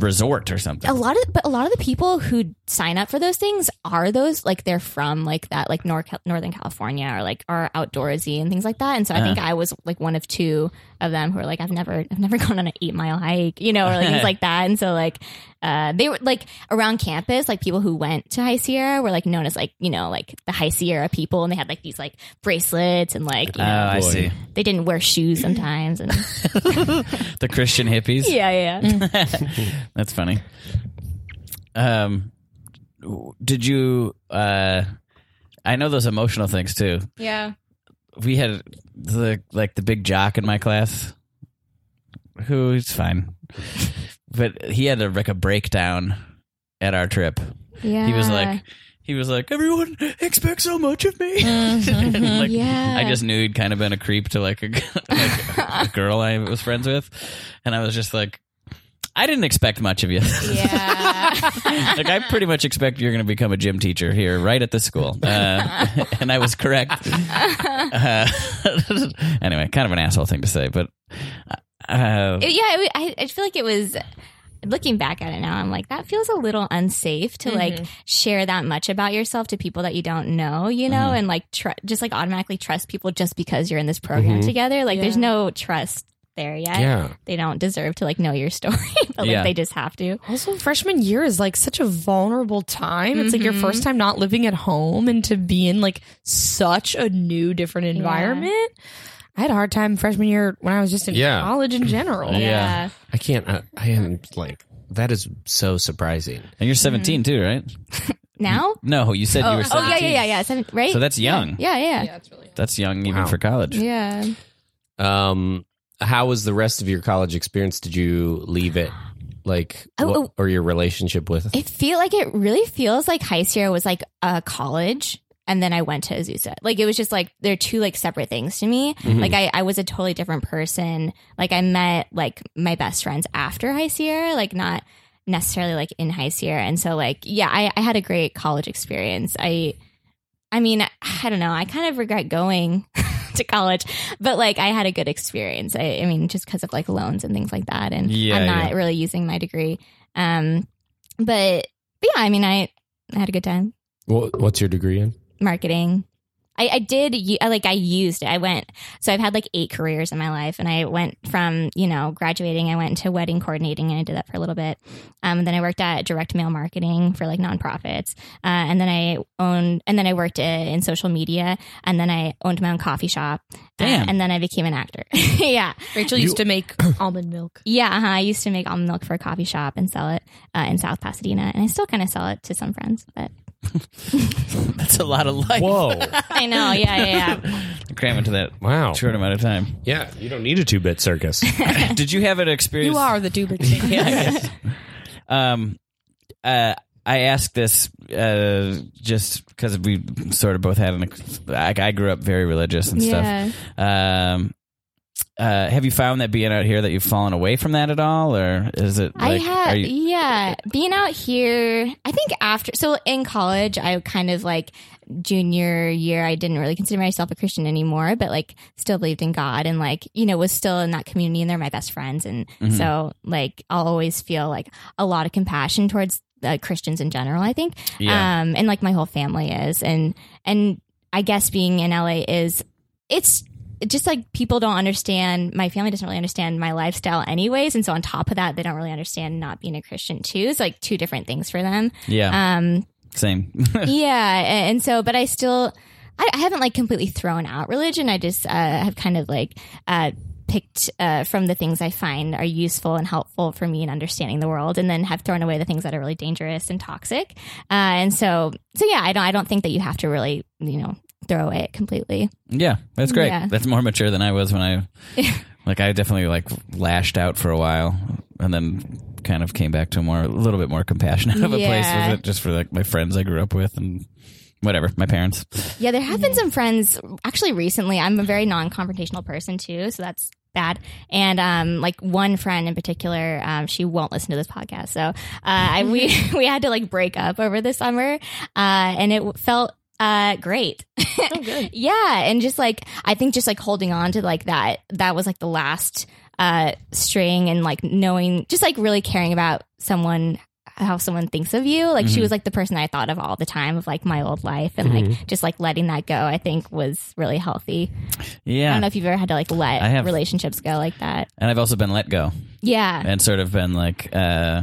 C: resort or something.
F: A lot of, but a lot of the people who sign up for those things are those like they're from like that, like Nor- Northern California or like are outdoorsy and things like that. And so I think
C: Uh-huh.
F: I was like one of two of them who are like, I've never, I've never gone on an eight mile hike, you know, or like things like that. And so like, uh, they were like around campus, like people who went to High Sierra were like known as like you know like the High Sierra people, and they had like these like bracelets and like you
C: oh,
F: know,
C: I
D: boy.
C: see.
F: they didn't wear shoes sometimes and.
C: The Christian hippies.
F: Yeah, yeah.
C: That's funny. Um, w- did you? Uh, I know those emotional things too.
E: yeah.
C: We had the like the big jock in my class, who's fine, but he had a, like a breakdown at our trip.
F: yeah.
C: He was like, he was like, everyone expects so much of me. like,
F: Mm-hmm. Yeah.
C: I just knew he'd kind of been a creep to like a, like a girl I was friends with, and I was just like, I didn't expect much of you.
F: yeah.
C: like I pretty much expect you're going to become a gym teacher here, right at the school, uh, and I was correct. Uh, anyway, kind of an asshole thing to say, but uh,
F: It- yeah, it, wa- I, I feel like it was looking back at it now, I'm like, that feels a little unsafe to like share that much about yourself to people that you don't know, you know,
C: Mm-hmm.
F: and like tr- just like automatically trust people just because you're in this program
C: Mm-hmm.
F: together. Like, there's no trust there yet.
D: Yeah.
F: They don't deserve to like know your story, but like
C: Yeah.
F: they just have to.
E: Also, freshman year is like such a vulnerable time. It's like your
B: Mm-hmm.
E: first time not living at home and to be in like such a new, different environment. I had a hard time freshman year when I was just in
D: Yeah.
E: college in general.
C: Yeah.
D: I can't. I, I am like that is so surprising.
C: And you're 17 too, right?
F: Now?
C: No, you said you
F: Mm-hmm. Oh,
C: were
F: oh,
C: 17.
F: yeah, yeah, yeah, yeah. Seven, right?
C: So that's young.
F: yeah, yeah.
C: That's young even
D: Wow.
C: for college.
F: Yeah.
D: Um, how was the rest of your college experience? Did you leave it like
F: Oh,
D: what-
F: oh.
D: or your relationship with?
F: It feel like it really feels like High Sierra was like a college. And then I went to Azusa. Like it was just like they're two like separate things to me. Like I, I was a totally different person. Like I met like my best friends after High Sierra, like not necessarily like in High Sierra. And so like yeah, I, I had a great college experience. I I mean, I don't know. I kind of regret going to college, but like I had a good experience. I, I mean, just because of like loans and things like that, and
C: Yeah,
F: I'm not really using my degree. Um, but, but yeah, I mean, I, I had a good time
D: What, what's your degree in?
F: marketing. I, I did u- I, like I used it. I went so I've had like eight careers in my life, and I went from you know graduating. I went to wedding coordinating, and I did that for a little bit. Um, and then I worked at direct mail marketing for like nonprofits, uh, and then I owned, and then I worked uh, in social media, and then I owned my own coffee shop, uh,
C: Damn.
F: and then I became an actor. yeah,
E: Rachel used to make almond milk.
F: yeah. Uh-huh. I used to make almond milk for a coffee shop and sell it uh, in South Pasadena, and I still kind of sell it to some friends. But
C: That's a lot of life.
D: Whoa!
F: I know, yeah, yeah, yeah.
C: Cram into that
D: wow.
C: short amount of time.
D: Yeah, you don't need a two bit circus.
C: Did you have an experience?
E: You are the duper chick.
C: Um, uh, I asked this uh, just because we sort of both had an. ex- I, I grew up very religious and
F: Yeah.
C: stuff. Um, uh, have you found that being out here that you've fallen away from that at all, or is it? Like,
F: I had,
C: are you-
F: yeah, being out here. I think after, so in college, I kind of like junior year, I didn't really consider myself a Christian anymore, but like still believed in God and like, you know, was still in that community and they're my best friends. And
C: Mm-hmm.
F: so, like, I'll always feel like a lot of compassion towards uh, Christians in general, I think.
C: Yeah.
F: Um, and like my whole family is. And, and I guess being in LA is, it's, just like people don't understand my family doesn't really understand my lifestyle anyways and so on top of that they don't really understand not being a christian too it's like two different things for them
C: yeah,
F: um
C: same.
F: yeah a- and so but i still I, I haven't like completely thrown out religion i just uh, have kind of like uh picked uh, from the things i find are useful and helpful for me in understanding the world and then have thrown away the things that are really dangerous and toxic uh, and so so yeah i don't i don't think that you have to really you know throw away it completely
C: yeah, that's great.
F: Yeah.
C: That's more mature than I was when I. like I definitely like lashed out for a while, and then kind of came back to a more a little bit more compassionate of a place
F: Yeah.
C: with it, just for like my friends I grew up with and whatever my parents.
F: Yeah, there have been some friends actually recently. I'm a very non-confrontational person too, so that's bad. And um, like one friend in particular, um, she won't listen to this podcast. So uh, I, we we had to like break up over the summer, uh, and it w- felt uh great yeah and just like i think just like holding on to like that that was like the last uh string and like knowing just like really caring about someone how someone thinks of you
C: Mm-hmm.
F: like she was like the person i thought of all the time of like my old life and
C: Mm-hmm.
F: like just like letting that go i think was really healthy i
C: Yeah,
F: don't know if you've ever had to like let
C: I have.
F: relationships go like that
C: and I've also been let go.
F: yeah
C: and sort of been like uh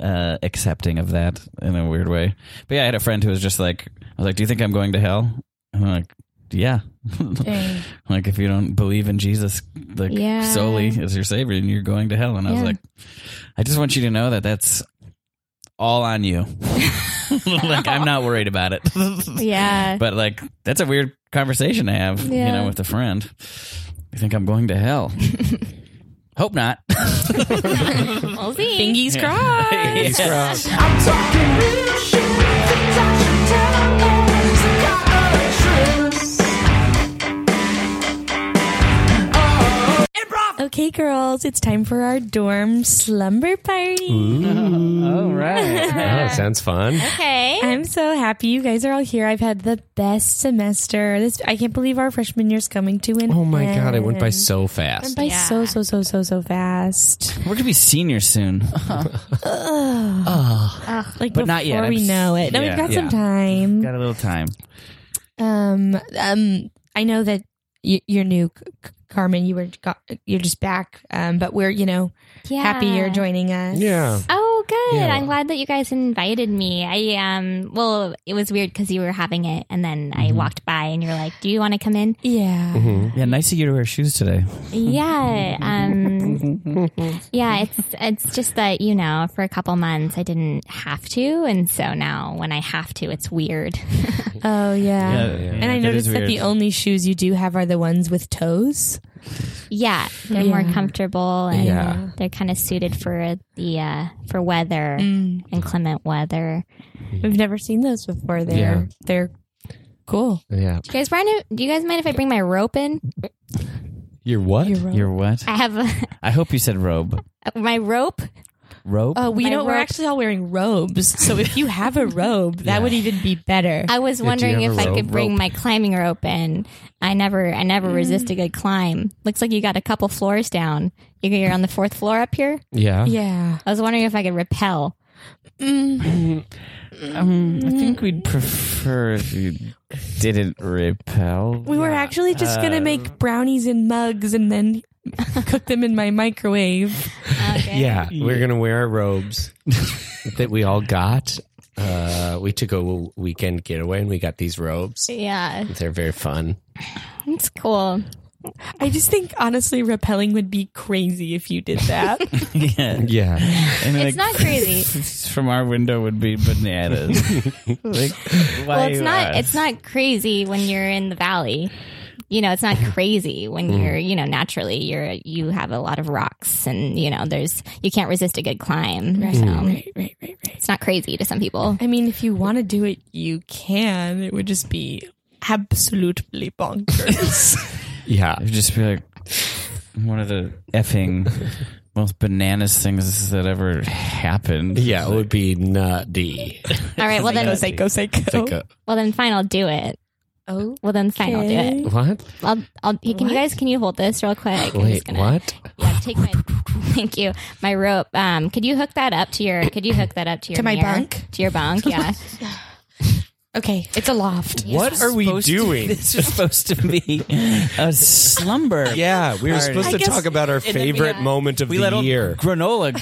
C: uh accepting of that in a weird way. But yeah, I had a friend who was just like I was like, Do you think I'm going to hell? And I'm like, Yeah. like if you don't believe in Jesus like
F: Yeah.
C: solely as your savior and you're going to hell. And I was
F: Yeah.
C: like, I just want you to know that that's all on you. like I'm not worried about it.
F: yeah
C: but like that's a weird conversation to have, you
F: Yeah.
C: know, with a friend. You think I'm going to hell. Hope not.
F: we'll see.
E: Bingies crossed.
G: I'm talking real shit. Think I should tell her it's a cottage.
F: okay
E: okay, girls, it's time for our dorm slumber party.
C: All right.
D: Oh, sounds fun.
F: Okay.
E: I'm so happy you guys are all here. I've had the best semester. This I can't believe our freshman year's coming to an
D: Oh my god, it went by
E: end.
D: so
E: Went
D: fast.
E: by so so so so so fast.
C: We're gonna be seniors soon.
E: Like
C: But not yet.
E: before
C: I'm
E: we
C: s-
E: know it. No,
C: yeah.
E: we've got some
D: Yeah.
E: time.
C: Got a little time.
E: Um, um, I know that y- you're new, C- C- Carmen. You were go- you're just back. Um, but we're you know
F: Yeah.
E: happy you're joining us.
D: Yeah.
F: Oh, good.
D: Yeah.
F: I'm glad that you guys invited me. I um, well, it was weird because you were having it, and then
C: Mm-hmm.
F: I walked by, and you're like, "Do you want to come in?"
E: Yeah.
C: Yeah, nice of you to wear shoes today.
F: yeah. Um, yeah. It's it's just that you know, for a couple months, I didn't have to, and so now when I have to, it's weird.
E: Oh yeah. And I
C: That is
E: noticed that
C: weird.
E: the only shoes you do have are the ones with toes.
F: yeah, they're more comfortable, and
D: Yeah.
F: they're kind of suited for the uh, for weather,
D: Mm.
F: inclement weather.
C: Mm-hmm.
E: We've never seen those before. They're
D: Yeah.
E: they're cool.
D: Yeah.
F: Do you guys mind? If, do you guys mind if I bring my rope in?
D: You're what?
C: You're what?
F: I have a,
C: I hope you said robe.
F: my rope.
C: Robe?
E: Oh, we
F: My
E: know we're
F: robe.
E: actually all wearing robes. So if you have a robe, that would even be better.
F: I was wondering
D: have
F: if
D: a
F: I
D: rope? Mm.
F: could bring my climbing rope in. I never, I never resist a good climb. Looks like you got a couple floors down. You- You're on the fourth floor up here.
D: Yeah.
E: yeah.
F: I was wondering if I could rappel.
C: Um, I think we'd prefer if you didn't repel.
E: We were actually just going to make brownies in mugs and then cook them in my microwave.
D: Yeah. We're gonna wear our robes that we all got. Uh, we took a weekend getaway and we got these robes.
F: Yeah,
D: They're very fun.
F: it's cool.
E: I just think, honestly, rappelling would be crazy if you did that.
C: yeah.
D: Yeah.
C: And
F: It's not crazy.
C: From our window would be bananas. like, why
F: Well, it's
C: us?
F: not. It's not crazy when you're in the valley. You know, it's not crazy when
D: Hmm.
F: you're, you know, naturally you're you have a lot of rocks and you know there's you can't resist a good climb.
D: Hmm.
F: So
E: right, right, right, right.
F: it's not crazy to some people.
E: I mean, if you want to do it, you can. It would just be absolutely bonkers.
D: Yeah.
C: It'd just be like one of the effing most bananas things that ever happened.
D: Yeah, it would be nutty.
F: All right, well then,
E: psycho, psycho.
D: Like
F: well then, fine, I'll do it.
E: Oh,
F: Well then, fine, I'll do it.
D: a, what?
F: I'll, I'll, hey, can you guys, can you hold this real quick? I'm just
D: Wait,
F: gonna-
D: what?
F: Yeah, take my, thank you, my rope. Um, could you hook that up to your, could you hook that up to your,
E: To my
F: mirror?
E: bunk?
F: To your bunk, yeah.
E: okay. It's a loft.
D: What are we doing?
C: This was supposed to be a slumber.
D: Yeah, we were supposed to
E: guess-
D: talk about our favorite moment of
C: We let
D: the
C: old
D: year.
C: granola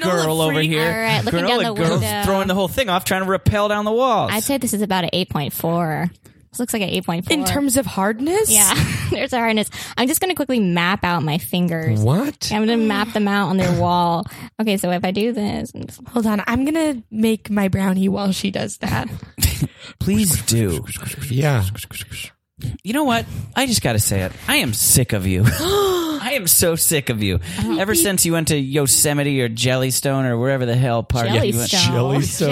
C: girl over here.
F: All right, looking
C: granola
F: down the
C: girl's
F: window.
C: throwing the whole thing off, trying to rappel down the walls.
F: I'd say this is about an 8.4. This looks like an 8.4.
E: In terms of hardness?
F: yeah, there's a hardness. I'm just going to quickly map out my fingers.
D: What?
F: I'm going to map them out on their wall. Okay, so if I do this, I'm just-
E: Hold on. I'm going to make my brownie while she does that.
C: Please do.
D: Yeah.
C: You know what? I just got to say it. I am sick of you. I am so sick of you. Ever since you went to Yosemite or Jellystone or wherever the hell park you went.
F: Jellystone.
D: Oh,
F: Isn't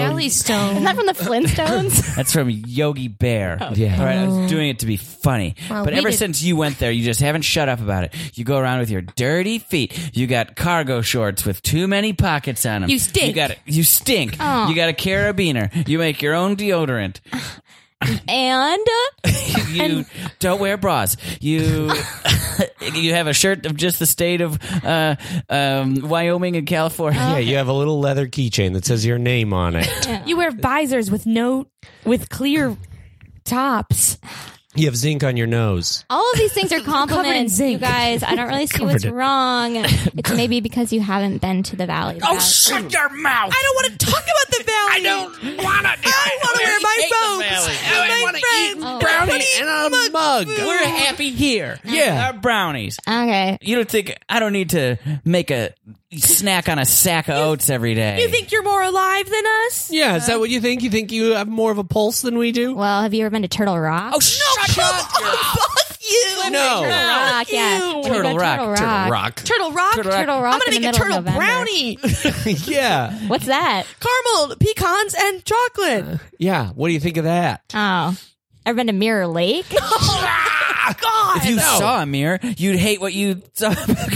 E: Jellystone.
F: that from the Flintstones?
C: That's from Yogi Bear.
D: Yeah.
C: All right, I was doing it to be funny. but
E: Oh. we
C: ever
E: did-
C: since you went there, you just haven't shut up about it. You go around with your dirty feet. You got cargo shorts with too many pockets on them.
E: You stink.
C: You got you stink.
F: Oh.
C: You got a carabiner. You make your own deodorant.
F: and uh,
C: You don't wear bras. You you have a shirt of just the state of uh, um, Wyoming and California.
D: Yeah, you have a little leather keychain that says your name on it.
E: You wear visors with no, with clear tops.
D: You have zinc on your nose.
F: All of these things are
E: Covered in
F: compliments,
E: zinc.
F: you guys. I don't really see what's wrong. It's maybe because you haven't been to the valley. Oh,
C: Shut your mouth.
E: I don't want to talk about the valley. I don't.
D: want to
E: wanna wear my robes with my friends. What do you
D: a mug.
E: Uh,
C: We're happy here.
D: Yeah.
C: Our brownies.
F: Okay.
C: You don't think I don't need to make a snack on a sack of oats every day?
E: You think you're more alive than us?
D: Yeah, is that what you think? You think you have more of a pulse than we do?
F: Well, have you ever been to Turtle Rock?
C: Oh, shut up!
E: Fuck you.
D: No.
F: Turtle Rock, yeah.
E: you.
F: When you go
C: Turtle
F: to
C: Rock,
F: Turtle
C: Turtle
F: Rock.
D: Rock.
E: Turtle Rock.
C: Turtle Rock.
F: Turtle Rock
E: I'm gonna
F: in the
E: make a
F: middle of
E: turtle
F: November.
E: brownie,
D: yeah.
F: What's that?
E: caramel, pecans, and chocolate.
D: Yeah. What do you think of that?
F: Oh. Ever been to Mirror Lake?
D: Ah, God!
C: If you
D: no.
C: saw a mirror, you'd hate what you saw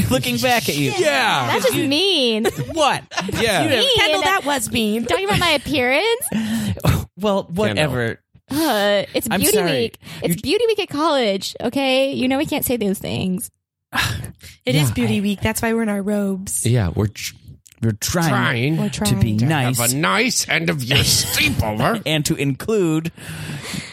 C: looking back at you.
D: Yeah.
F: That's just mean.
C: What?
D: yeah.
C: You'd have-
F: mean.
E: Kendall, that was mean.
F: Talking about my appearance,
C: well, whatever.
F: uh, it's
C: I'm
F: beauty
C: sorry.
F: week. It's beauty week at college. Okay, you know we can't say those things.
E: It is beauty week. That's why we're in our robes.
D: Yeah, we're tr-
C: We're trying,
D: Trying
C: to be
E: trying to
C: nice
D: have a nice end of your sleepover.
C: and to include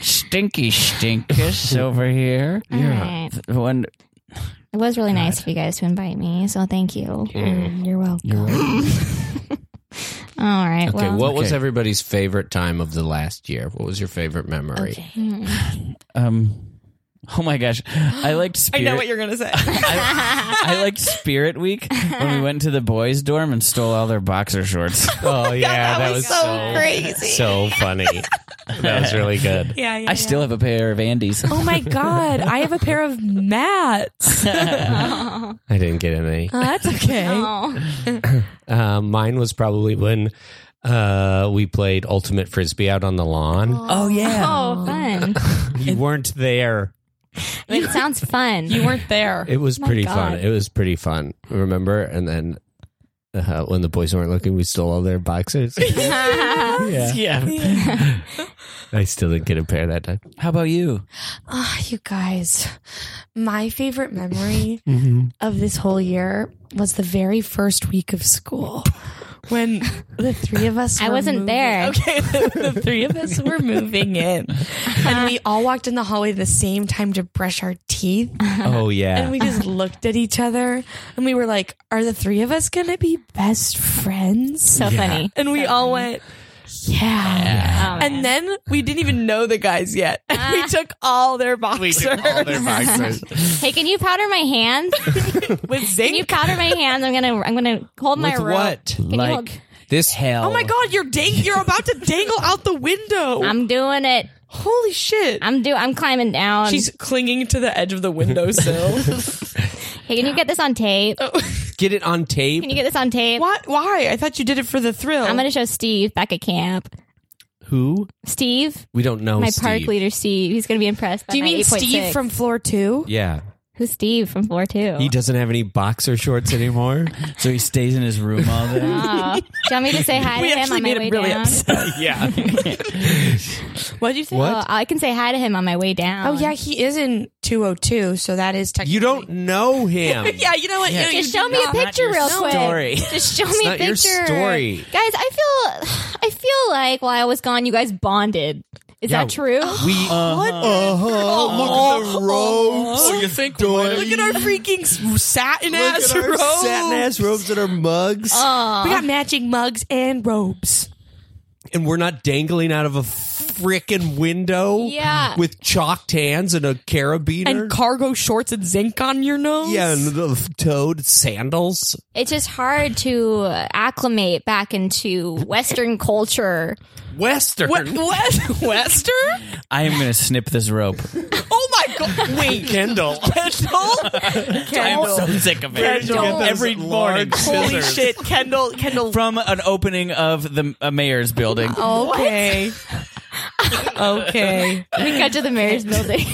C: Stinky Stinkus over here.
F: All right.
C: One,
F: It was really nice for you guys to invite me, so thank you. Mm, You're welcome. All right.
D: Okay,
F: well,
D: what was
C: okay.
D: everybody's favorite time of the last year? What was your favorite memory?
C: um, oh my gosh, I liked
E: I
C: Spirit.
E: know what you're gonna say.
C: I, I liked Spirit Week when we went to the boys' dorm and stole all their boxer shorts.
D: Oh yeah, that, was, so
E: crazy.
D: so funny. That was really good.
E: yeah, yeah.
C: I still have a pair of Andes.
E: Oh my god! I have a pair of mats.
D: I didn't get any.
E: Oh, that's okay.
F: Oh,
D: Uh, mine was probably when uh, we played ultimate frisbee out on the lawn.
C: Oh yeah,
F: oh, fun.
D: You weren't there.
F: it sounds fun.
E: You weren't there.
D: It was pretty
F: God.
D: fun. It was pretty fun. Remember? And then uh, when the boys weren't looking, we stole all their boxers.
C: yeah.
D: I still didn't get a pair that time.
C: How about you?
E: Oh, you guys.
H: Ah, My favorite memory of this whole year was the very first week of school when the three of us
F: I
H: were
F: wasn't
H: moving-
F: there.
E: Okay, the, the three of us were moving in.
H: and we all walked in the hallway at the same time to brush our teeth
D: Oh yeah.
H: and we just looked at each other and we were like are the three of us going to be best friends
F: So funny.
E: And we all went,
H: yeah,
F: Oh, man.
E: and then we didn't even know the guys yet. And
F: Ah.
E: we took all their boxers
F: hey, can you powder my hands?
E: with
F: Can you
E: zinc.
F: powder my hands? I'm gonna I'm gonna hold my
D: With
F: rope.
D: what?
F: Can you hold,
C: Like this hell?
E: Oh my god, you're dang- you're about to dangle out the window.
F: I'm doing it.
E: Holy shit.
F: I'm do I'm climbing down.
E: She's clinging to the edge of the windowsill.
F: hey, can you get this on tape?
D: Get it on tape.
F: Can you get this on tape?
E: Why? Why? I thought you did it for the thrill.
F: I'm gonna show Steve back at camp.
D: Who?
F: Steve,
D: We don't know.
F: my
D: Oh, Steve.
F: park leader Steve. He's gonna be impressed. By
H: do you
F: my
H: mean
F: 8.6.
H: steve from floor two
D: Yeah.
F: Who's Steve from floor two?
D: He doesn't have any boxer shorts anymore.
C: So he stays in his room all day.
F: Aw. do you want me to say hi to
E: we
F: him
E: actually
F: on my
E: made
F: way
E: him really
F: down?
E: upset.
D: yeah.
E: What'd you think?
F: Oh,
D: What?
F: I can say hi to him on my way down.
H: oh yeah he is in 202 so that is technically
D: You don't know him.
E: Yeah, you know what? You,
F: Just show me a picture real quick.
C: story.
F: Just show me a
D: not your
F: picture.
D: story.
F: Guys, I feel I feel like while I was gone you guys bonded. Is
D: Yeah.
F: that true?
D: We
E: uh-huh. Oh, look at the
D: robes.
E: you think Look at our freaking s- satin ass robe.
D: ass robes and our mugs,
E: Uh,
H: we got matching mugs and robes
D: and we're not dangling out of a freaking window.
F: Yeah.
D: with chalked hands and a carabiner.
E: and cargo shorts and zinc on your nose.
D: yeah, and the toad sandals.
F: It's just hard to acclimate back into Western culture.
D: Western.
E: What, what? Wester?
C: I am gonna snip this rope.
E: Oh my god! Wait,
D: Kendall.
E: Kendall.
C: I'm so sick of it.
E: Kendall. Get those
C: Every morning.
E: Holy shit, Kendall! Kendall.
C: From an opening of the a mayor's building.
E: Okay. okay.
F: We got to the mayor's building.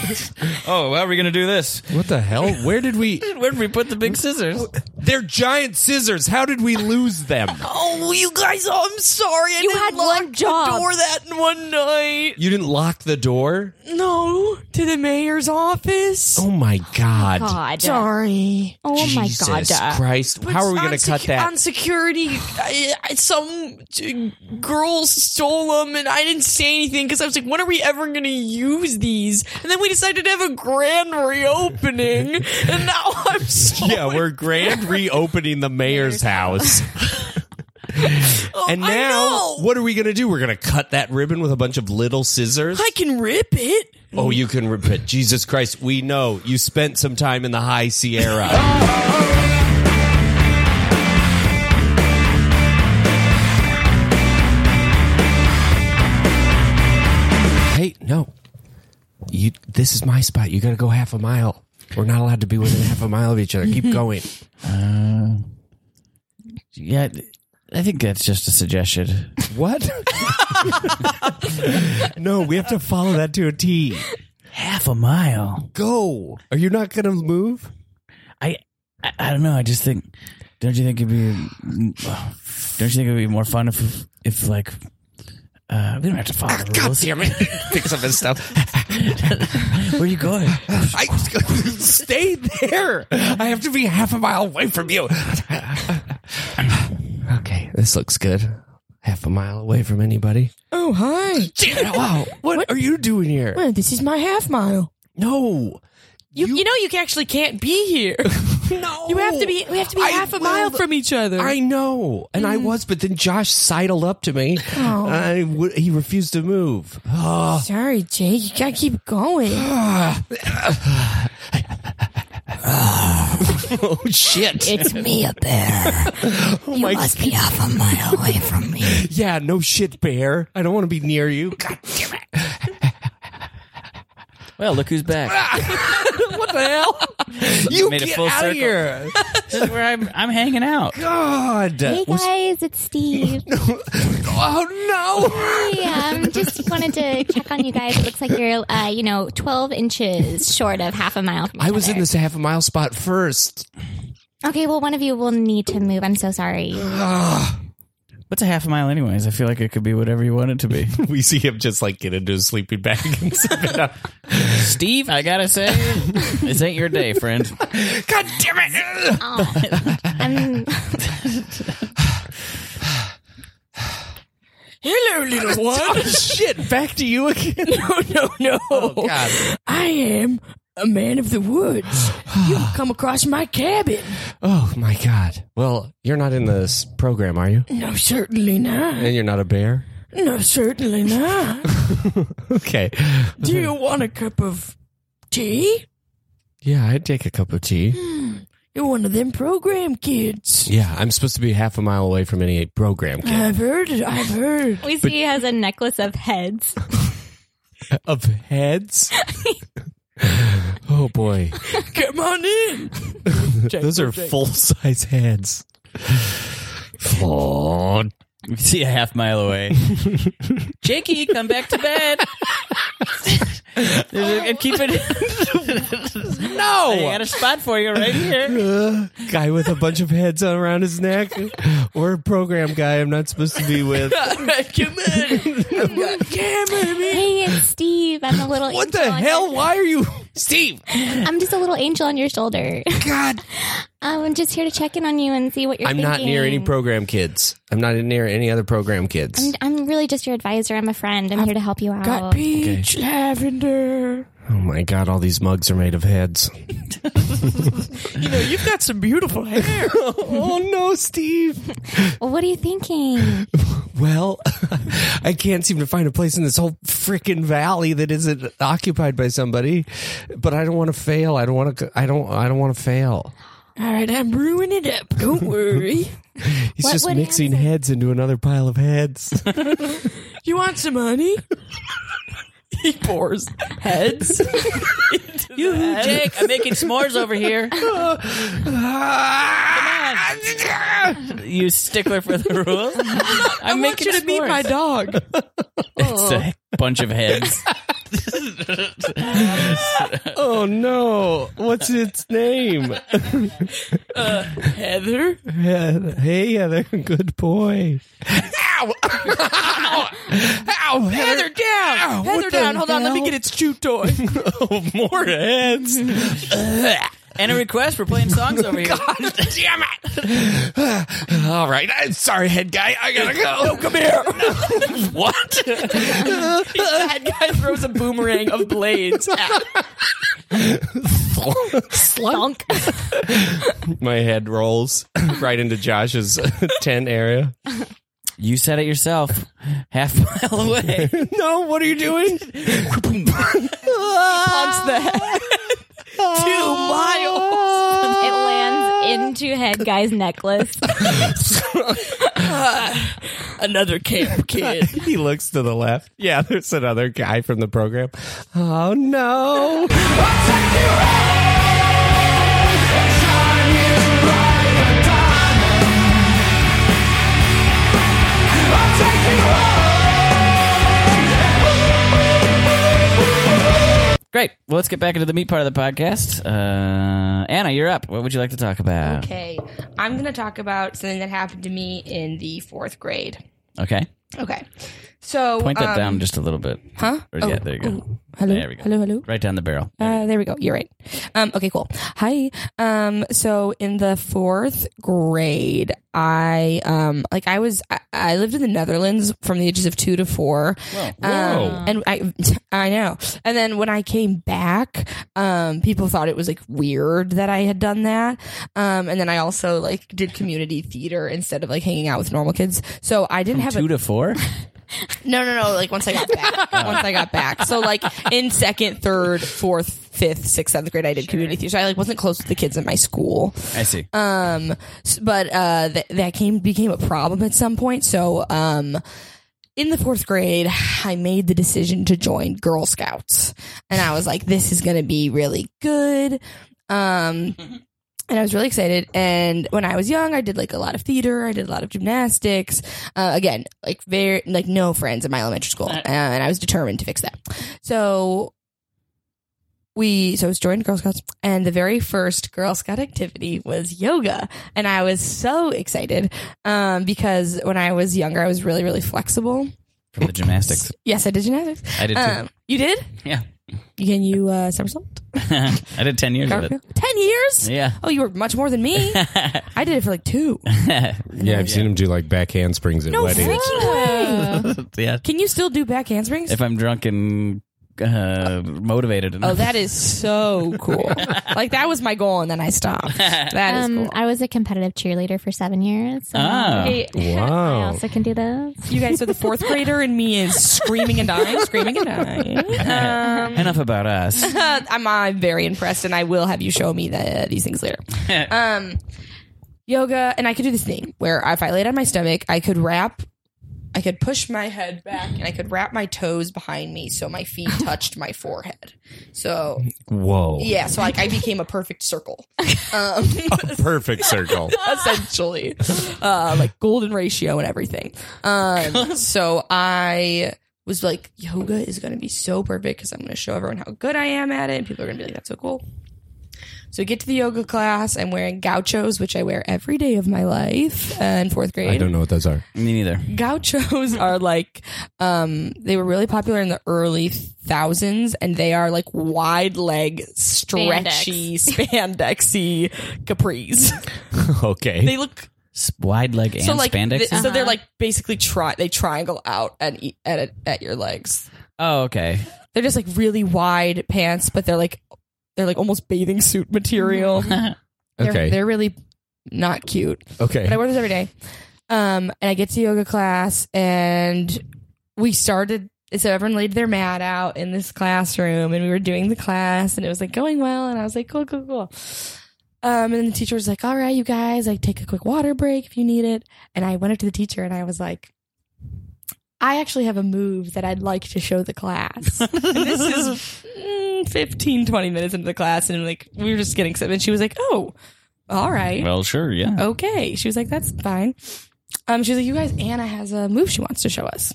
C: Oh, how are we gonna do this?
D: What the hell? Where did we?
C: Where did we put the big scissors?
D: They're giant scissors. How did we lose them?
E: Oh, you guys! Oh, I'm sorry. I
F: You
E: didn't
F: had
E: lock
F: one
E: the
F: job.
E: door that one night.
D: You didn't lock the door?
E: No, to the mayor's office.
D: Oh my god.
F: God.
H: sorry
F: Oh my
D: Jesus
F: god.
D: Christ. How are we going to cut that?
E: on security? I, I, some t- girl stole them, and I didn't say anything because I was like, "When are we ever going to use these?" And then we decided to have a grand reopening, and now I'm so
D: yeah, we're grand reopening the mayor's house. and
E: Oh, I
D: now,
E: know.
D: what are we going to do? We're going to cut that ribbon with a bunch of little scissors.
E: I can rip it.
D: oh, you can repeat. Jesus Christ, we know you spent some time in the high Sierra. hey, no. You this is my spot. You got to go half a mile. We're not allowed to be within half a mile of each other. Keep going.
C: Yeah, I think that's just a suggestion.
D: What? no, we have to follow that to a T.
C: half a mile.
D: Go. Are you not going to move?
C: I, I I don't know. I just think. Don't you think it'd be? Don't you think it'd be more fun if if like. Uh, we don't have to follow the rules.
D: Picks up his stuff.
C: Where are you going?
D: I stay there. I have to be half a mile away from you. okay, this looks good. Half a mile away from anybody.
E: Oh, hi.
D: Wow, what, are you doing here?
E: Well, this is my half mile.
D: No,
E: You, you, know you actually can't be here.
D: no.
E: You have to be. We have to be
D: I
E: half a
D: will-
E: mile from Mm. each other.
D: I know, and I was, but then Josh sidled up to me.
E: Oh.
D: and I w- he refused to move. Oh,
E: Sorry, Jake. You gotta keep going.
D: Oh, shit! Oh,
F: It's me a bear. you must be half a mile away from me.
D: yeah, no shit, bear. I don't want to be near you. God damn it!
C: Well, look who's back.
D: What the hell? you
C: Made a
D: get
C: full
D: out of
C: circle.
D: here!
C: This is where I'm. I'm hanging out.
D: God.
F: Hey guys, it's Steve.
D: Oh
F: Hey, um, just wanted to check on you guys. It looks like you're, uh, you know, 12 inches short of half a mile. From
D: no! I
F: each
D: was in
F: other.
D: this half a mile spot first.
F: Okay, well, one of you will need to move. I'm so sorry.
C: What's a half a mile, anyways? I feel like it could be whatever you want it to be.
D: We see him just like get into his sleeping bag and zip it up.
C: Steve, I gotta say, this ain't your day, friend.
D: God damn it!
F: I'm,
E: Hello, little one.
D: shit! Back to you again.
E: No, no, no.
F: Oh,
D: God.
E: I am a man of the woods. You've come across my cabin.
D: Oh my god. Well, you're not in this program, are you?
E: No, certainly not.
D: And you're not a bear.
E: No, certainly not.
D: Okay.
E: Do you want a cup of tea?
D: Yeah, I'd take a cup of tea.
E: You're one of them program kids.
D: Yeah, I'm supposed to be half a mile away from any program kid.
E: I've heard it. I've heard.
F: we see he has a necklace of heads.
D: of heads. oh boy,
E: Come on in.
D: those are full size heads. Oh,
C: We see a half mile away. Jakey, come back to bed. There's a- and keep it. no, I got a spot for you right here.
D: Uh, guy with a bunch of heads around his neck, or a program guy I'm not supposed to be with.
E: Come in. I've got camera, man.
F: Hey, it's Steve. I'm a little
D: What
F: angel
D: the
F: on
D: hell?
F: your-
D: Why are you, Steve?
F: I'm just a little angel on your shoulder.
D: God,
F: Um, I'm just here to check in on you and see what you're
D: I'm
F: thinking.
D: not near any program kids. I'm not near any other program kids.
F: I'm really just your advisor. I'm a friend. I'm here to help you out.
E: Got peach, lavender.
D: Oh my god, all these mugs are made of heads.
E: You know, you've got some beautiful hair.
D: oh no, Steve.
F: Well, what are you thinking?
D: Well, I can't seem to find a place in this whole freaking valley that isn't occupied by somebody. But I don't want to fail. I don't want to. I don't. I don't want to fail.
E: All right, I'm brewing it up. Don't worry.
D: He's
F: What-
D: just
F: what
D: mixing
F: happened?
D: heads into another pile of heads.
E: You want some honey? he pours heads.
C: You, Jake, I'm making s'mores over here. You stickler for the rules. I'm
E: I want
C: making
E: you to meet
C: s'mores.
E: my dog.
C: It's a bunch of heads.
D: oh no! What's its name?
E: Heather.
D: Heather. Hey, Heather. Good boy. Ow! Ow! Ow!
E: Heather down. Heather down. Hold on. Let me get its chew toy.
D: Oh, more heads.
C: And a request for playing songs over here.
D: God damn it! All right, I'm sorry, head guy. I gotta go. No, come here. what?
E: That guy throws a boomerang of blades.
F: Thunk.
D: My head rolls right into Josh's uh, tent area.
C: You said it yourself. Half mile away.
D: No, what are you doing?
E: Punch the head. Two miles.
D: Ah.
F: It
C: Ah.
F: lands into head guy's necklace.
E: Another camp kid.
D: he looks to the left. Yeah, there's another guy from the program. Oh no!
C: Great. Well, let's get back into the meat part of the podcast. Uh, Anna, you're up. What would you like to talk about?
E: Okay, I'm going to talk about something that happened to me in the fourth grade.
C: Okay.
E: Okay, so
C: Point that
E: um,
C: down just a little bit.
E: Huh? Oh,
C: Or, yeah, there you go.
E: Hello,
C: There we go.
E: hello, hello.
C: Right down the barrel.
E: Uh, there we go. You're right. Um, okay, cool. Hi. Um, so in the fourth grade, I um, like I was I, I lived in the Netherlands from the ages of two to four. Um, and I I know. And then when I came back, um, people thought it was like weird that I had done that. Um, and then I also like did community theater instead of like hanging out with normal kids. So I didn't have a
C: Two to four?
E: no, no, no. Like once I got back, once I got back. So like in second, third, fourth, fifth, sixth, seventh grade, I did community theater. So I like wasn't close with the kids in my school.
C: I see.
E: Um, s- but uh, th- that came became a problem at some point. So um, in the fourth grade, I made the decision to join Girl Scouts, and I was like, this is going to be really good. Um, and I was really excited. And when I was young, I did like a lot of theater. I did a lot of gymnastics. Uh, again, like very like no friends in my elementary school, uh, and I was determined to fix that. So we so I was joined Girl Scouts, and the very first Girl Scout activity was yoga, and I was so excited um, because when I was younger, I was really really flexible.
C: From the gymnastics.
E: Yes, I did gymnastics.
C: I did too.
E: Um, you did?
C: Yeah.
E: Can you uh, somersault?
C: I did 10 years of it.
E: Garfield? Ten years?
C: Yeah.
E: Oh, you were much more than me. I did it for like two.
D: Yeah, I've seen him do like back handsprings at
E: No
D: weddings.
E: freaking way.
C: yeah.
E: Oh, Can you still do back handsprings?
C: If I'm drunk and uh, motivated enough.
E: oh, that is so cool. like that was my goal, and then I stopped. That is
F: Um,
E: cool.
F: I was a competitive cheerleader for seven years. so
C: Ah.
F: I
D: Wow.
F: also can do those.
E: you guys, so the fourth grader in me is screaming and dying, screaming and dying. um,
C: Enough about us.
E: Uh, I'm, I'm very impressed, and I will have you show me the, these things later. Um, yoga, and I could do this thing where if I laid on my stomach, I could wrap, I could push my head back, and I could wrap my toes behind me so my feet touched my forehead. So
D: Whoa.
E: yeah, so like I became a perfect circle. Um,
D: Perfect circle.
E: essentially uh like golden ratio and everything um so i was like yoga is gonna be so perfect because i'm gonna show everyone how good i am at it and people are gonna be like that's so cool so we get to the yoga class i'm wearing gauchos which i wear every day of my life uh, in fourth grade
D: I don't know what those are.
C: Me neither.
E: gauchos are like um they were really popular in the early thousands and they are like wide leg stretchy spandexy capris
D: Okay.
E: they look
C: S- Wide leg and
E: so like uh,
C: spandex.
E: th- so they're like basically try they triangle out at e- at at your legs.
C: oh, okay.
E: They're just like really wide pants, but they're like they're like almost bathing suit material. they're,
D: Okay.
E: they're really not cute. But I
D: okay.
E: wear this every day. Um, and I get to yoga class, and we started. So everyone laid their mat out in this classroom, and we were doing the class, and it was like going well. And I was like, cool, cool, cool. Um, and the teacher was like, all right, you guys, like take a quick water break if you need it. And I went up to the teacher, and I was like. I actually have a move that I'd like to show the class. And this is mm, 15, 20 minutes into the class, and like we were just getting some. And she was like, "Oh, all right."
C: Well, sure, yeah.
E: okay. She was like, that's fine. Um, she was like, you guys, Anna has a move she wants to show us.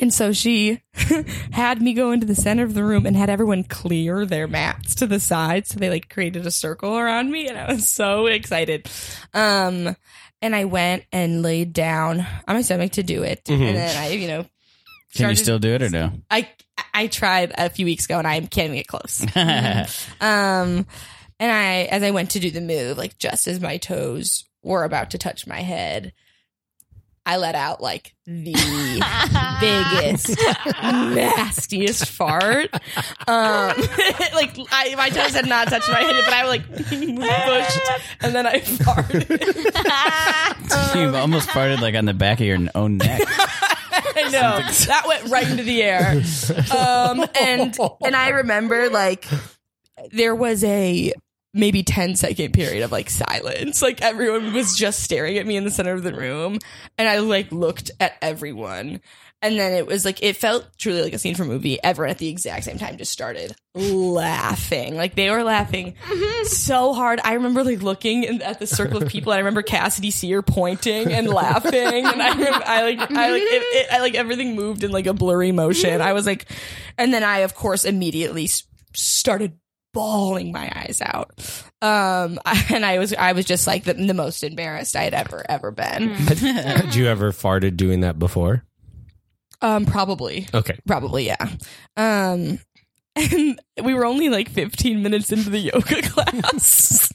E: And so she had me go into the center of the room and had everyone clear their mats to the side. So they like created a circle around me and I was so excited. Um, and I went and laid down on my stomach to do it. And then I, you know,
C: Mm-hmm. Can you
E: started-
C: still do it or no?
E: I I tried a few weeks ago and I can't even get close. um, and I as I went to do the move, like just as my toes were about to touch my head, I let out like the biggest, nastiest fart. Um, like I, my toes had not touched my head, but I like pushed and then I farted. Oh,
C: you almost farted like on the back of your own neck.
E: I know that went right into the air. Um, and and I remember like there was a maybe 10 second period of like silence. Like everyone was just staring at me in the center of the room, and I like looked at everyone. And then it was like it felt truly like a scene from a movie. Everyone at the exact same time just started laughing. Like they were laughing so hard. I remember like looking in, at the circle of people. And I remember Cassidy Sear pointing and laughing, and I, rem- I like, I like, it, it, I like everything moved in like a blurry motion. I was like, and then I of course immediately s- started bawling my eyes out. Um, and I was I was just like the, the most embarrassed I had ever ever
C: Mm-hmm.
E: been.
D: Had you ever farted doing that before?
E: Um, probably.
D: Okay.
E: Probably, yeah. Um, and we were only like 15 minutes into the yoga class.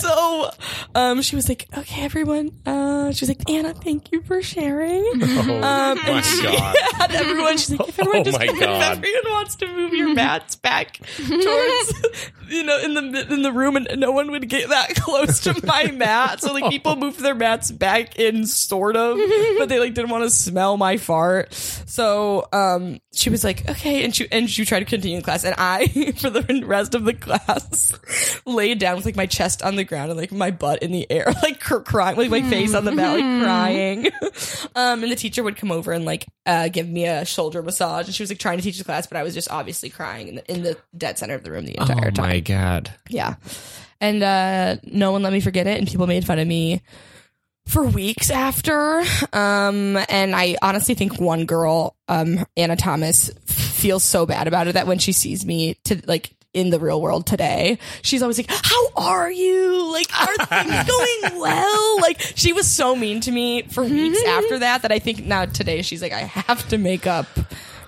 E: so um, she was like, okay, everyone. Uh, she was like, Anna, thank you for sharing.
D: Oh
E: Um, and she had everyone, she's like, if everyone
D: Oh
E: just,
D: my
E: if
D: God.
E: everyone wants to move your mats back towards, you know, in the in the room, and no one would get that close to my mat. So like, people moved their mats back in, sort of, but they like didn't want to smell my fart. So um, she was like, okay, and she and she tried to continue class, and I for the rest of the class laid down with like my chest on the ground and like my butt in the air, like cr- crying, like my face on the mat, like crying. Um, and the teacher would come over and like uh, give me a shoulder massage, and she was like trying to teach the class, but I was just obviously crying in the, in the dead center of the room the entire
D: Oh
E: time.
D: my god.
E: Yeah, and uh, no one let me forget it, and people made fun of me for weeks after. Um, and I honestly think one girl, um, Anna Thomas, feels so bad about it that when she sees me to like in the real world today, she's always like, "How are you? Like, are things going well?" Like, she was so mean to me for weeks after that that I think now today she's like, "I have to make up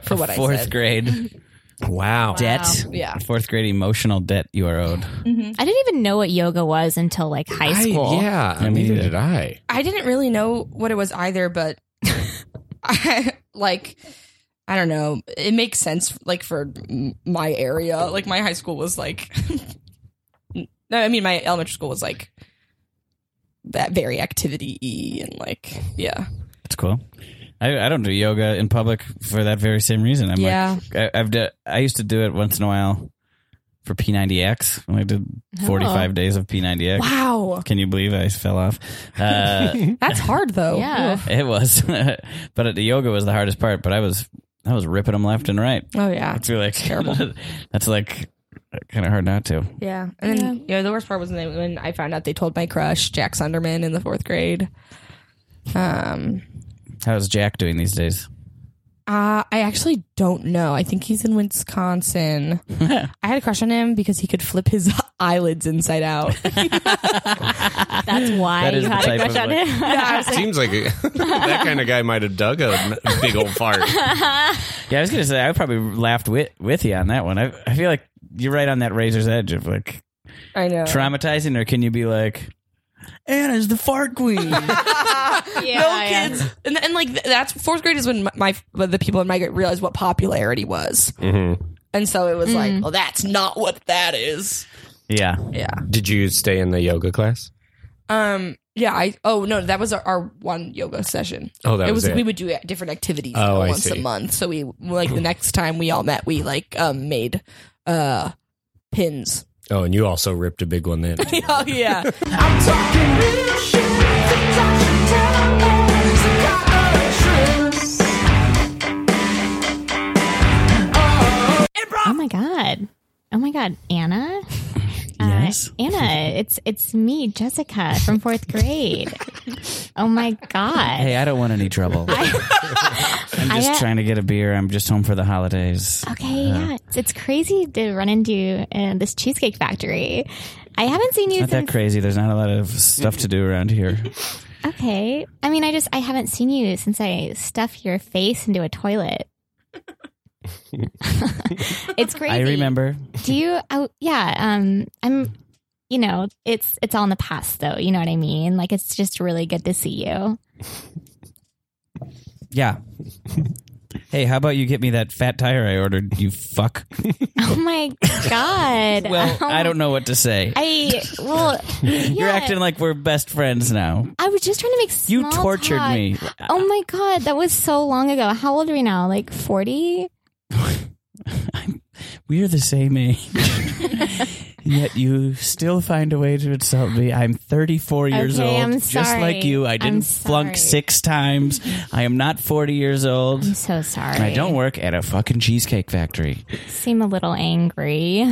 E: for what I
C: Fourth
E: said." Um,
C: grade
D: Wow.
C: debt.
E: Yeah.
C: Fourth grade emotional debt you are owed.
F: I didn't even know what yoga was until like high school.
D: I, yeah. I mean, did I?
E: I didn't really know what it was either, but I like I don't know. It makes sense like for m- my area. Like my high school was like No, I mean my elementary school was like that very activity y and like yeah.
C: That's cool. I, I don't do yoga in public for that very same reason. I'm
E: Yeah.
C: like, I, I've de- I used to do it once in a while for P90X. I did 45 days of P90X.
E: Oh. Wow.
C: Can you believe I fell off? Uh,
E: That's hard though.
F: Yeah.
C: it was, but the yoga was the hardest part. But I was I was ripping them left and right.
E: Oh yeah.
C: I feel like
E: terrible.
C: that's like kind of hard not to.
E: Yeah. And then you know the worst part was when when I found out they told my crush Jack Sunderman in the 4th grade. Um
C: How's Jack doing these days?
E: Uh, I actually don't know. I think he's in Wisconsin. I had a crush on him because he could flip his eyelids inside out.
F: That's why
C: That is
F: you
C: the
F: had a
C: type
F: crush
C: of,
F: on
C: like-
F: him.
D: Seems like a- that kind of guy might have dug a big old fart.
C: Yeah, I was gonna say I probably laughed with with you on that one. I I feel like you're right on that razor's edge of like
E: I know.
C: traumatizing, or can you be like Anna's the fart queen?
F: yeah,
E: no
F: Oh, yeah.
E: kids, and, and like th- that's fourth grade is when my, my when the people in my grade realized what popularity was,
C: Mm-hmm.
E: and so it was like, well, that's not what that is.
C: yeah,
E: Yeah.
D: Did you stay in the yoga class?
E: Um. Yeah. I. Oh no, that was our, our one yoga session.
D: Oh, that
E: it
D: was it.
E: We would do different activities
D: Oh, I
E: once
D: see.
E: a month. So we like the next time we all met, we like um made uh pins.
D: Oh, and you also ripped a big one then.
E: oh yeah.
G: I'm talking real shit with the touch and tell So got a truth.
F: Oh my god. Oh my god, Anna.
C: Yes?
F: Uh, Anna, it's it's me, Jessica from fourth grade. oh my god.
C: hey, I don't want any trouble. I'm just
F: I, uh, Oh,
C: trying to get a beer. I'm just home for the holidays.
F: Okay, yeah, it's, it's crazy to run into uh, this cheesecake factory. I haven't seen you
C: Not that
F: since.
C: crazy. There's not a lot of stuff to do around here.
F: Okay, I mean, I just I haven't seen you since I stuffed your face into a toilet. it's crazy.
C: I remember.
F: Do you? Oh, yeah. Um, I'm. You know, it's it's all in the past, though. You know what I mean? Like, it's just really good to see you.
C: Yeah. Hey, how about you get me that fat tire I ordered? You fuck.
F: Oh my god.
C: Well,
F: Um,
C: I don't know what to say.
F: I well,
C: You're acting like we're best friends now.
F: I was just trying to make.
C: You
F: small
C: tortured
F: talk.
C: me.
F: Oh my god, that was so long ago. How old are we now? Like forty?
C: We are the same age. Yet you still find a way to insult me. I'm 34 years
F: Okay,
C: old,
F: I'm
C: just
F: sorry.
C: like you. I
F: I'm
C: didn't flunk
F: sorry.
C: six times. I am not 40 years old.
F: I'm so sorry.
C: I don't work at a fucking cheesecake factory.
F: seem a little angry.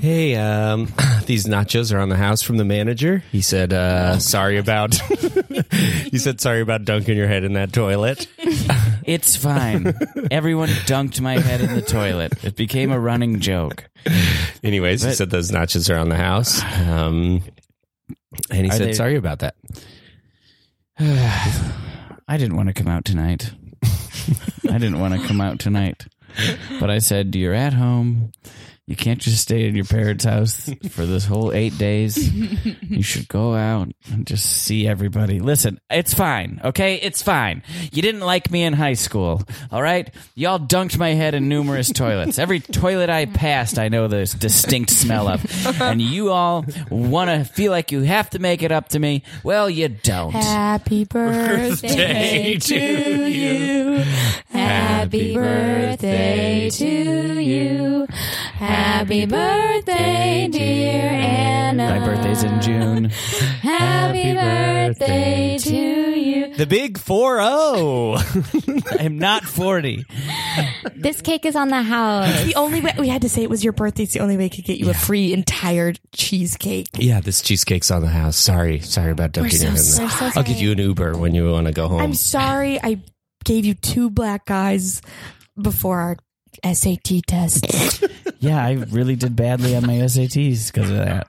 D: hey, um, these nachos are on the house from the manager. He said, uh, sorry about. he said, sorry about dunking your head in that toilet.
C: It's fine. Everyone dunked my head in the toilet. It became a running joke.
D: Anyways, he
C: But-
D: said those notches around the house. Um, and he
C: Are
D: said,
C: they-
D: sorry about that.
C: I didn't want to come out tonight. I didn't want to come out tonight. But I said, You're at home. You can't just stay in your parents' house for this whole eight days. You should go out and just see everybody. Listen, it's fine, okay? It's fine. You didn't like me in high school, all right? Y'all dunked my head in numerous toilets. Every toilet I passed, I know this distinct smell of. And you all want to feel like you have to make it up to me. Well, you don't.
E: Happy birthday to you.
F: Happy birthday to you. Happy birthday, dear Anna.
C: My birthday's in June.
F: Happy birthday to you.
D: The big 4 0.
C: I'm not 40.
F: This cake is on the house.
E: The only way we had to say it was your birthday. It's the only way I could get you a free entire cheesecake.
D: yeah, this cheesecake's on the house. Sorry. Sorry about dumping
E: so
D: it in the-
E: sorry.
B: Oh,
D: I'll give you an Uber when you want to go home.
E: I'm sorry I gave you two black eyes before our SAT test.
C: Yeah, I really did badly on my SATs because of that.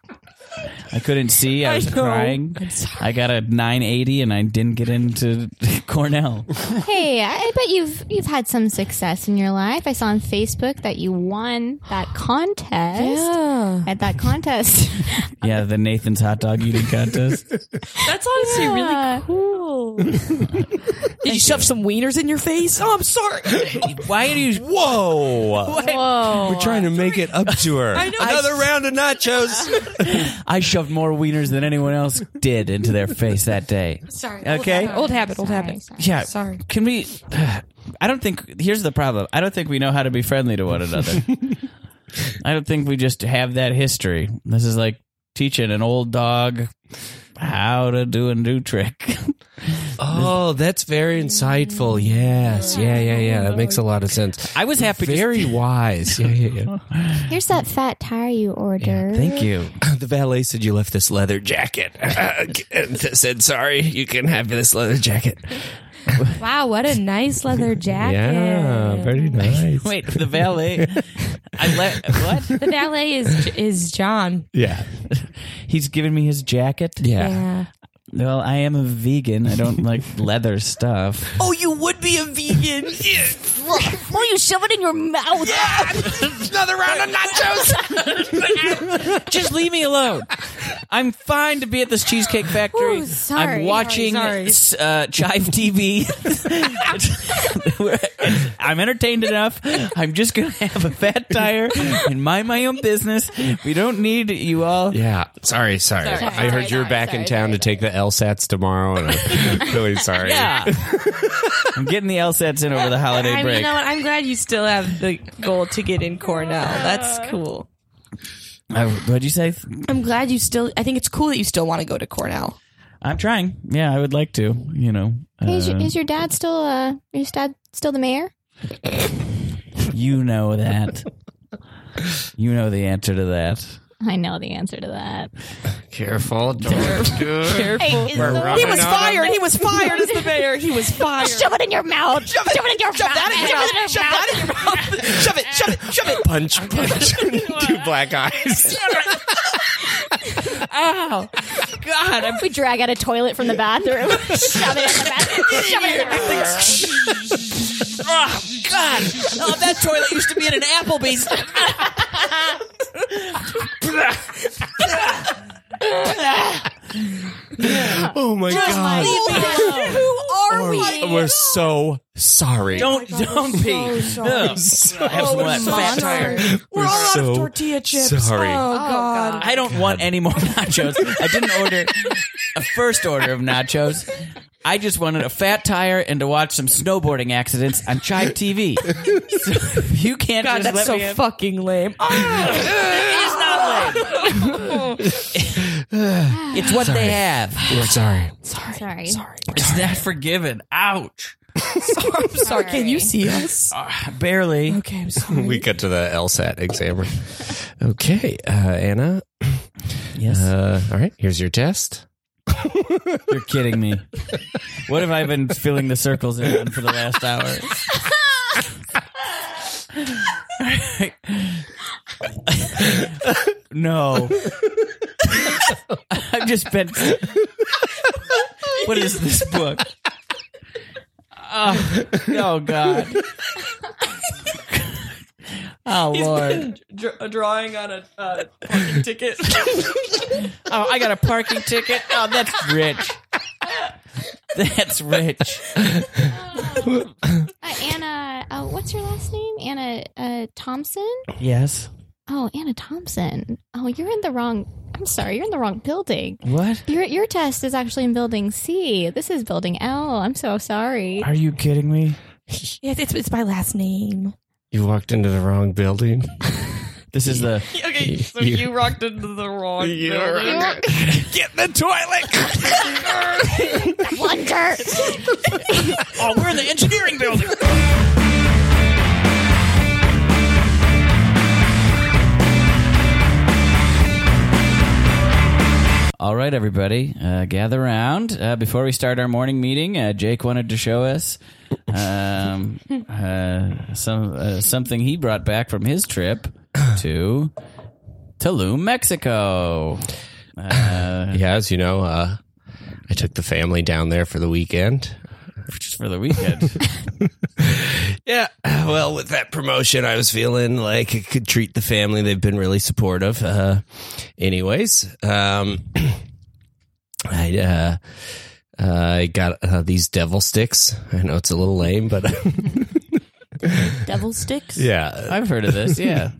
C: I couldn't see. I was
E: know.
C: crying. I got a 980 and I didn't get into Cornell.
F: Hey, I bet you've you've had some success in your life. I saw on Facebook that you won that contest. At that contest,
C: Yeah, the Nathan's hot dog eating contest.
B: That's honestly really
F: Uh,
B: cool.
E: Cool. Did you shove some wieners in your face? Oh, I'm sorry.
C: Why are you?
D: Whoa.
B: Whoa.
E: Oh,
D: We're trying to make it up to her. Oh. Another round of nachos.
C: I shoved more wieners than anyone else did into their face that day.
E: Sorry.
C: Okay.
E: Old habit. Old habit.
C: Yeah.
E: Sorry.
C: Can we? I don't think. Here's the problem. I don't think we know how to be friendly to one another. I don't think we just have that history. This is like teaching an old dog how to do a new trick.
D: Oh, that's very insightful. Yes. Yeah, yeah, yeah. That makes a lot of sense.
C: I was happy.
D: Very wise. Yeah, yeah, yeah.
F: here's that fat tire you ordered.
C: Thank you.
D: the valet said you left this leather jacket and said sorry you can have this leather jacket
E: Wow, what a nice leather jacket.
D: very nice
C: Wait, the valet. I let what?
E: The valet is is John.
D: yeah
C: He's giving me his jacket.
D: yeah
E: Yeah.
C: Well, I am a vegan. I don't like leather stuff.
E: Oh, you would be a vegan.
F: Oh, you shove it in your mouth.
D: another round of nachos
C: Just leave me alone. I'm fine to be at this cheesecake factory.
F: Ooh, sorry.
C: I'm watching
E: Sorry,
C: Uh, Chive TV. I'm entertained enough. I'm just gonna have a fat tire and mind my own business. We don't need you all.
D: yeah sorry sorry, i heard you're back in town to take the lsats tomorrow and i'm really sorry
C: Yeah. I'm getting the LSATs in over the holiday
E: I mean,
C: break.
E: you know what? I'm glad you still have the goal to get in Cornell. That's cool.
C: I- what'd you say?
E: I'm glad you still. I think it's cool that you still want to go to Cornell.
C: I'm trying. Yeah, I would like to. You know,
F: Hey, is,
C: Uh,
F: your, is your dad still uh is your dad still the mayor?
C: Um, you know that. You know the answer to that.
F: I know the answer to that.
D: careful don't
E: He was
D: uh,
E: fired. He was fired as the mayor. He was fired.
F: Shove it in your mouth. Shove it, in your mouth.
E: Shove that in your mouth. Shove it. Shove it. Shove it.
D: punch punch two black eyes
E: Ow. God. I'm
F: We drag out a toilet from the bathroom. Shove it in the bathroom. Shove it in the bathroom.
E: God. Oh, that toilet used to be in an Applebee's.
D: oh my god Oh,
E: Who are we?
D: we're so sorry
C: Don't
E: Oh
C: don't be. Ugh. I have some left. fat tire.
D: we're, all so out of
E: Tortilla chips.
D: sorry
E: Oh, God.
C: I don't want any more nachos. I didn't order a first order of nachos. I just wanted a fat tire and to watch some snowboarding accidents on Chive TV. So you can't
E: God,
C: just
E: that's
C: let
E: so
C: me have-
E: fucking lame. Oh,
C: It's what they have.
D: we're sorry
F: Sorry.
C: It's not forgiven. Ouch.
E: I'm sorry. Can you see us?
C: Barely.
E: Okay, I'm sorry.
D: we got to the LSAT examiner. Okay, uh, Anna.
C: Yes.
D: Uh, all right, here's your test.
C: You're kidding me. What have I been filling the circles in on for the last hour? no. I've just been. What is this book? Oh, oh God. Oh, Lord.
B: Dr- drawing on a uh, parking ticket.
C: Oh, I got a parking ticket. Oh, that's rich. That's rich.
F: Uh, Anna, uh, what's your last name? Anna uh, Thompson?
C: Yes.
F: Oh, Anna Thompson. Oh, you're in the wrong. I'm sorry, you're in the wrong building.
C: What?
F: Your your test is actually in building C. This is building L. I'm so sorry.
C: Are you kidding me?
E: Yes, it's, it's my last name.
D: You walked into the wrong building.
C: This is the
B: okay, so you, rocked into the wrong. building.
D: Get in the toilet.
F: Wonder.
C: Oh, we're in the engineering building. All right, everybody, uh, gather around. Uh, before we start our morning meeting, uh, Jake wanted to show us um, uh, some uh, something he brought back from his trip to Tulum, Mexico. Uh,
D: yeah, as you know, uh, I took the family down there for the weekend.
C: just for the weekend.
D: Yeah. Well, with that promotion, I was feeling like I could treat the family. They've been really supportive. Uh, anyways, um, I, uh, I got uh, these devil sticks. I know it's a little lame, but
E: Devil sticks.
D: yeah.
C: I've heard of this. Yeah.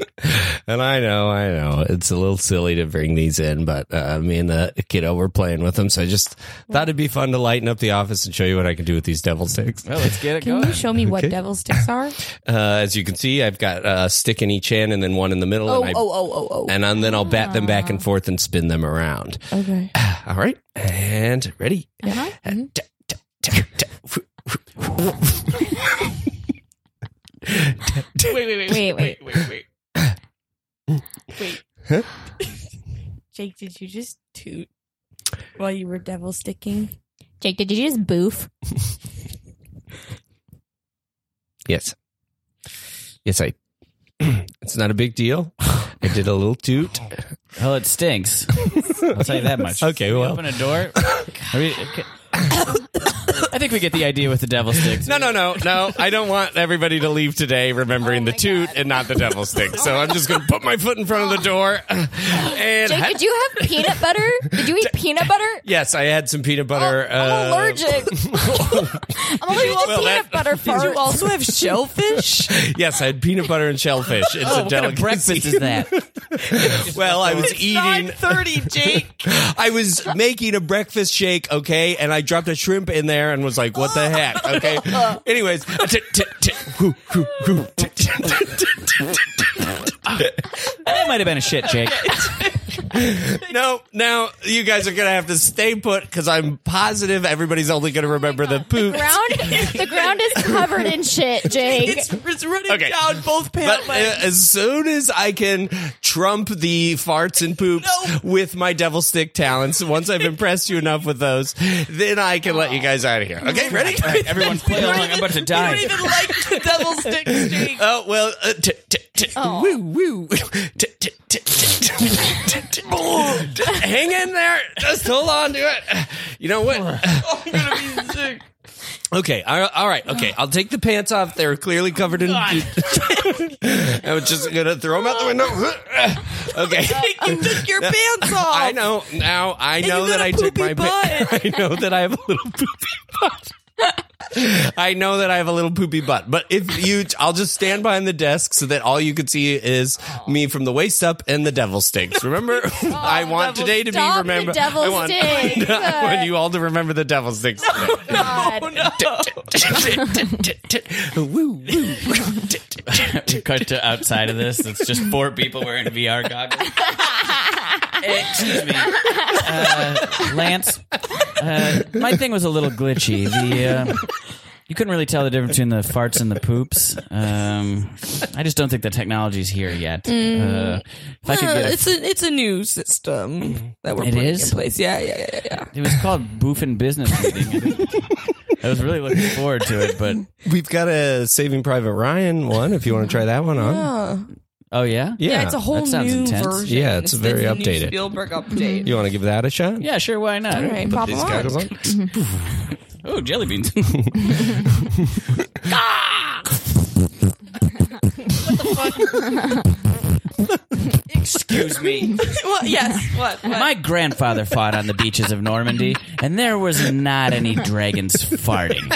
D: And I know, I know, it's a little silly to bring these in, but uh, me and the kiddo were playing with them, so I just thought it'd be fun to lighten up the office and show you what I can do with these devil sticks.
C: Well, let's get it
E: Can
C: going.
E: you show me what
D: Okay.
E: devil sticks are?
D: Uh, as you can see, I've got uh, a stick in each hand and then one in the middle.
E: Oh,
D: and I,
E: oh, Ah. oh, oh, oh.
D: and uh, then I'll bat them back and forth and spin them around.
E: Okay.
D: All right, and ready.
E: Uh-huh. Mm-hmm.
B: Wait, wait, wait,
F: Wait, wait.
B: wait, wait.
E: Jake, did you just toot while you were devil sticking?
F: Jake, did you just boof?
D: Yes, yes, I. It's not a big deal. I did a little toot.
C: Well, it stinks. I'll tell you that much.
D: Okay,
C: We
D: well.
C: open a door. Are we- okay. I think we get the idea with the devil sticks.
D: No, no, no, no. I don't want everybody to leave today
E: Oh
D: remembering the toot and not the devil stick. So I'm just going to put my foot in front of the door. And
F: Jake, did you have peanut butter? Did you eat peanut butter?
D: yes, I had some peanut butter.
E: Oh,
F: I'm
D: uh,
F: allergic. I'm allergic to
D: Well,
F: peanut
D: that-
F: butter
E: Did you
F: farts.
E: also have shellfish?
D: Yes, I had peanut butter and shellfish. It's
C: Oh,
D: a
C: what kind of
D: delicacy.
C: breakfast is that?
D: Well, I was eating.
B: 9:30, Jake.
D: I was making a breakfast shake, okay, and I dropped a shrimp in there and was like, "What the heck?" Okay. Anyways, t- t- t- whoo, whoo, whoo, t- t- t- t-
C: That might have been a shit, Jake.
D: no, now you guys are gonna have to stay put because I'm positive everybody's only gonna remember the poop.
F: ground, the ground is covered in shit, Jake.
B: It's running
D: Okay.
B: down both pant
D: But uh,
B: legs.
D: as soon as I can trump the farts and poops with my devil stick talents, once I've impressed you enough with those, then I can let you guys out of here. Okay, ready?
C: All right, everyone play along. I'm about to die.
B: You don't even like the devil sticks, Jake.
D: Oh well, uh, t- t- t- woo woo. T- t- t- t- t- t- t- Hang in there. Just hold on to it. You know what?
B: I'm gonna be sick.
D: Okay. All all right. Okay. I'll take the pants off. They're clearly covered in. I was just gonna throw them out the window. Okay.
B: You took your pants off.
D: I know now. I know
B: you
D: that
B: got a
D: I took my.
B: poopy
D: pa- I know that I have a little poopy butt. I know that I have a little poopy butt. But if you, I'll just stand behind the desk so that all you can see is me from the waist up and the devil sticks. Remember, I
B: Oh,
D: want
B: devil-
D: today to be
F: Stop the
D: remembered.
F: devil
D: I want,
F: sticks.
D: I want you all to remember the devil sticks. today.
B: Oh, no.
D: Woo, woo.
C: Cut to outside of this. It's just four people wearing VR goggles. Excuse me, uh, Lance. Uh, my thing was a little glitchy. The uh, You couldn't really tell the difference between the farts and the poops. Um, I just don't think the technology's here yet. Uh, if I could
E: Uh,
C: get a-
E: it's a it's a new system that we're
C: It
E: putting
C: is?
E: in place. Yeah, yeah, yeah, yeah, yeah.
C: it was called Boofin Business Meeting. I was really looking forward to it, but
D: We've got a Saving Private Ryan one if you want to try that one on.
C: oh yeah,
D: Yeah.
E: it's a whole
C: that sounds
E: new
C: intense.
E: version.
D: Yeah, it's
E: the
D: very
E: new
D: updated.
E: Spielberg update.
D: You want to give that a shot?
C: yeah, sure, why not?
E: All right, pop 'em
D: These
E: on.
D: goggles on?
C: Oh, jelly beans. Excuse me.
E: Well, yes. What? what?
C: My grandfather fought on the beaches of Normandy, and there was not any dragons farting.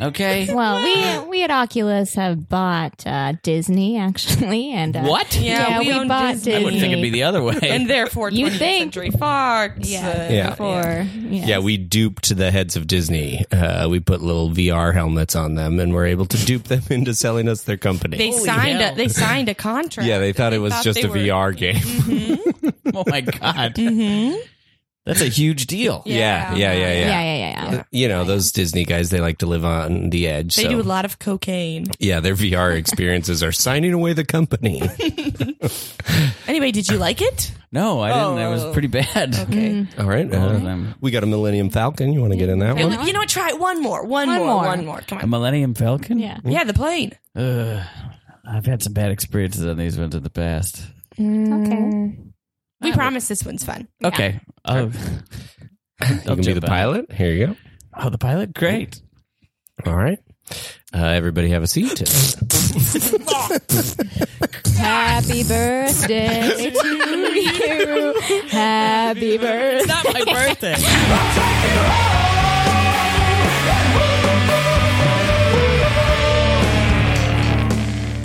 C: Okay?
F: Well, we we at Oculus have bought uh, Disney actually, and uh,
C: What?
E: Yeah, we own
F: bought
E: Disney.
F: Disney.
C: I would think it'd be the other way.
E: and therefore,
F: You
E: 20th
F: think.
E: Century Fox.
F: Yeah.
E: uh,
D: Yeah.
F: for yeah.
D: Yeah, we duped the heads of Disney. Uh, we put little VR helmets on them and were able to dupe them into selling us their company.
E: They signed
C: hell.
E: a they signed a contract.
D: yeah, they thought it was
E: thought
D: just
E: they
D: a
E: were- Mhm.
D: VR game.
C: oh my god, that's a huge deal.
D: Yeah, yeah, yeah, yeah.
F: yeah, yeah, yeah, yeah.
D: You know, those Disney guys, they like to live on the edge.
E: They
D: so.
E: do a lot of cocaine.
D: Yeah, their VR experiences are signing away the company.
E: Anyway, did you like it? Mm.
C: No, I didn't. That was pretty bad.
E: Okay.
D: All right.
C: All
D: uh,
C: of them.
D: we got a Millennium Falcon. You want to get in that one?
E: You know what? Try one more. One,
F: One
E: more,
F: more.
E: One more. Come
C: A
E: on.
C: Millennium Falcon.
F: Yeah.
D: Um,
E: Yeah, the plane.
C: Ugh, I've had some bad experiences on these ones in the past.
F: Okay.
E: We promise this one's fun.
C: Okay. Oh,
D: You can be the pilot. Here you go.
C: oh, the pilot. Great.
D: All right. Uh, everybody have a seat.
F: Happy birthday to you. Happy birthday.
C: Not my birthday.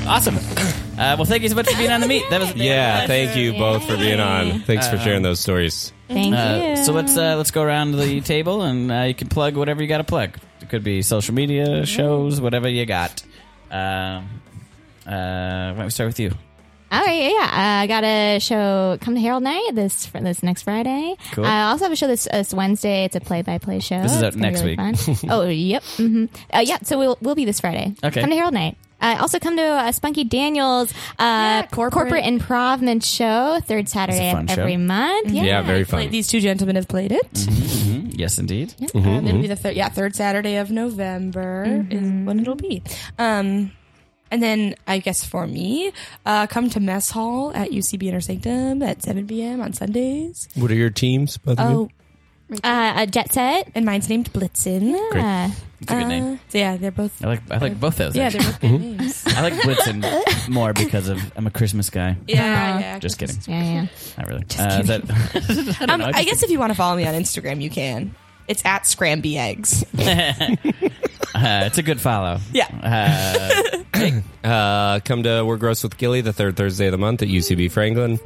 C: awesome. Uh, well, thank you so much for being on the meet. That was
D: yeah, thank you both for being on. Thanks for sharing those stories.
F: Thank
C: Uh,
F: you.
C: so let's uh, let's go around the table and uh, you can plug whatever you got to plug. It could be social media, shows, whatever you got. Um, uh, why don't we start with you?
F: All right, yeah, yeah. Uh, I got a show come to Herald Night this fr- this next Friday.
C: Cool.
F: I also have a show this, uh, this Wednesday. It's a play by play show.
C: This is out
F: It's gonna be
C: next
F: really fun. oh, yep. hmm Uh, yeah, so we'll we'll be this Friday.
C: Okay.
F: come to Herald Night. Uh, also come to uh, Spunky Daniels uh, corporate. improvement show third Saturday
C: fun
F: of every
C: show. Mm-hmm.
F: month. Yeah,
D: Yeah, very fun.
E: Played- These two gentlemen have played it.
C: Mm, Yes, indeed.
E: Um, it'll
C: mm-hmm.
E: be the third, yeah, third Saturday of November is when it'll be. Um, and then I guess for me, uh, come to mess hall at UCB Inner Sanctum at 7 p.m. on Sundays.
D: What are your teams? Both
C: Mm-hmm.
D: of you?
E: Oh,
F: uh, a jet set.
E: and mine's named Blitzen.
F: Yeah.
C: It's a good name.
E: Uh, so yeah, they're both.
C: I like Mm-hmm. I like both those.
E: Yeah,
C: actually.
E: they're both good names.
C: I like Blitzen more because of I'm a Christmas guy.
E: Yeah, yeah.
C: Just kidding.
F: Yeah, yeah.
C: Not really. Uh, is that,
E: Um, I guess if you want to follow me on Instagram, you can. It's at Scramby Eggs.
C: uh, it's a good follow.
E: Yeah.
C: Uh,
D: Uh, come to We're Gross with Gilly the third Thursday of the month at UCB Franklin.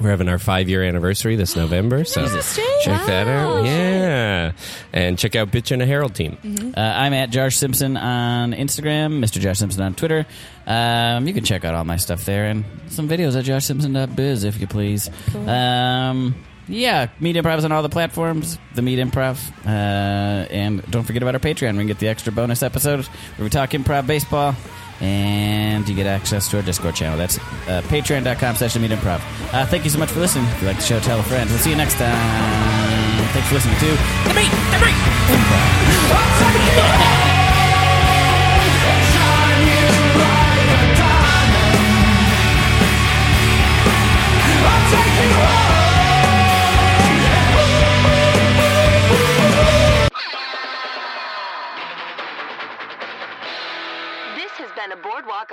D: We're having our five year anniversary Oh, this November. So check that out. Yeah. And check out Bitch and a Herald team.
C: Uh, I'm at Josh Simpson on Instagram, Mr. Josh Simpson on Twitter. Um, you can check out all my stuff there and some videos at joshsimpson.biz if you please. Um, yeah, Meet Improv is on all the platforms, The Meet Improv. Uh, and don't forget about our Patreon. We can get the extra bonus episodes where we talk improv baseball. And you get access to our Discord channel. That's uh, patreon.com slash The Meet Improv. Uh, thank you so much for listening. If you like the show, tell a friend. We'll see you next time. Thanks for listening to The Meet Improv.
A: This has been a Boardwalk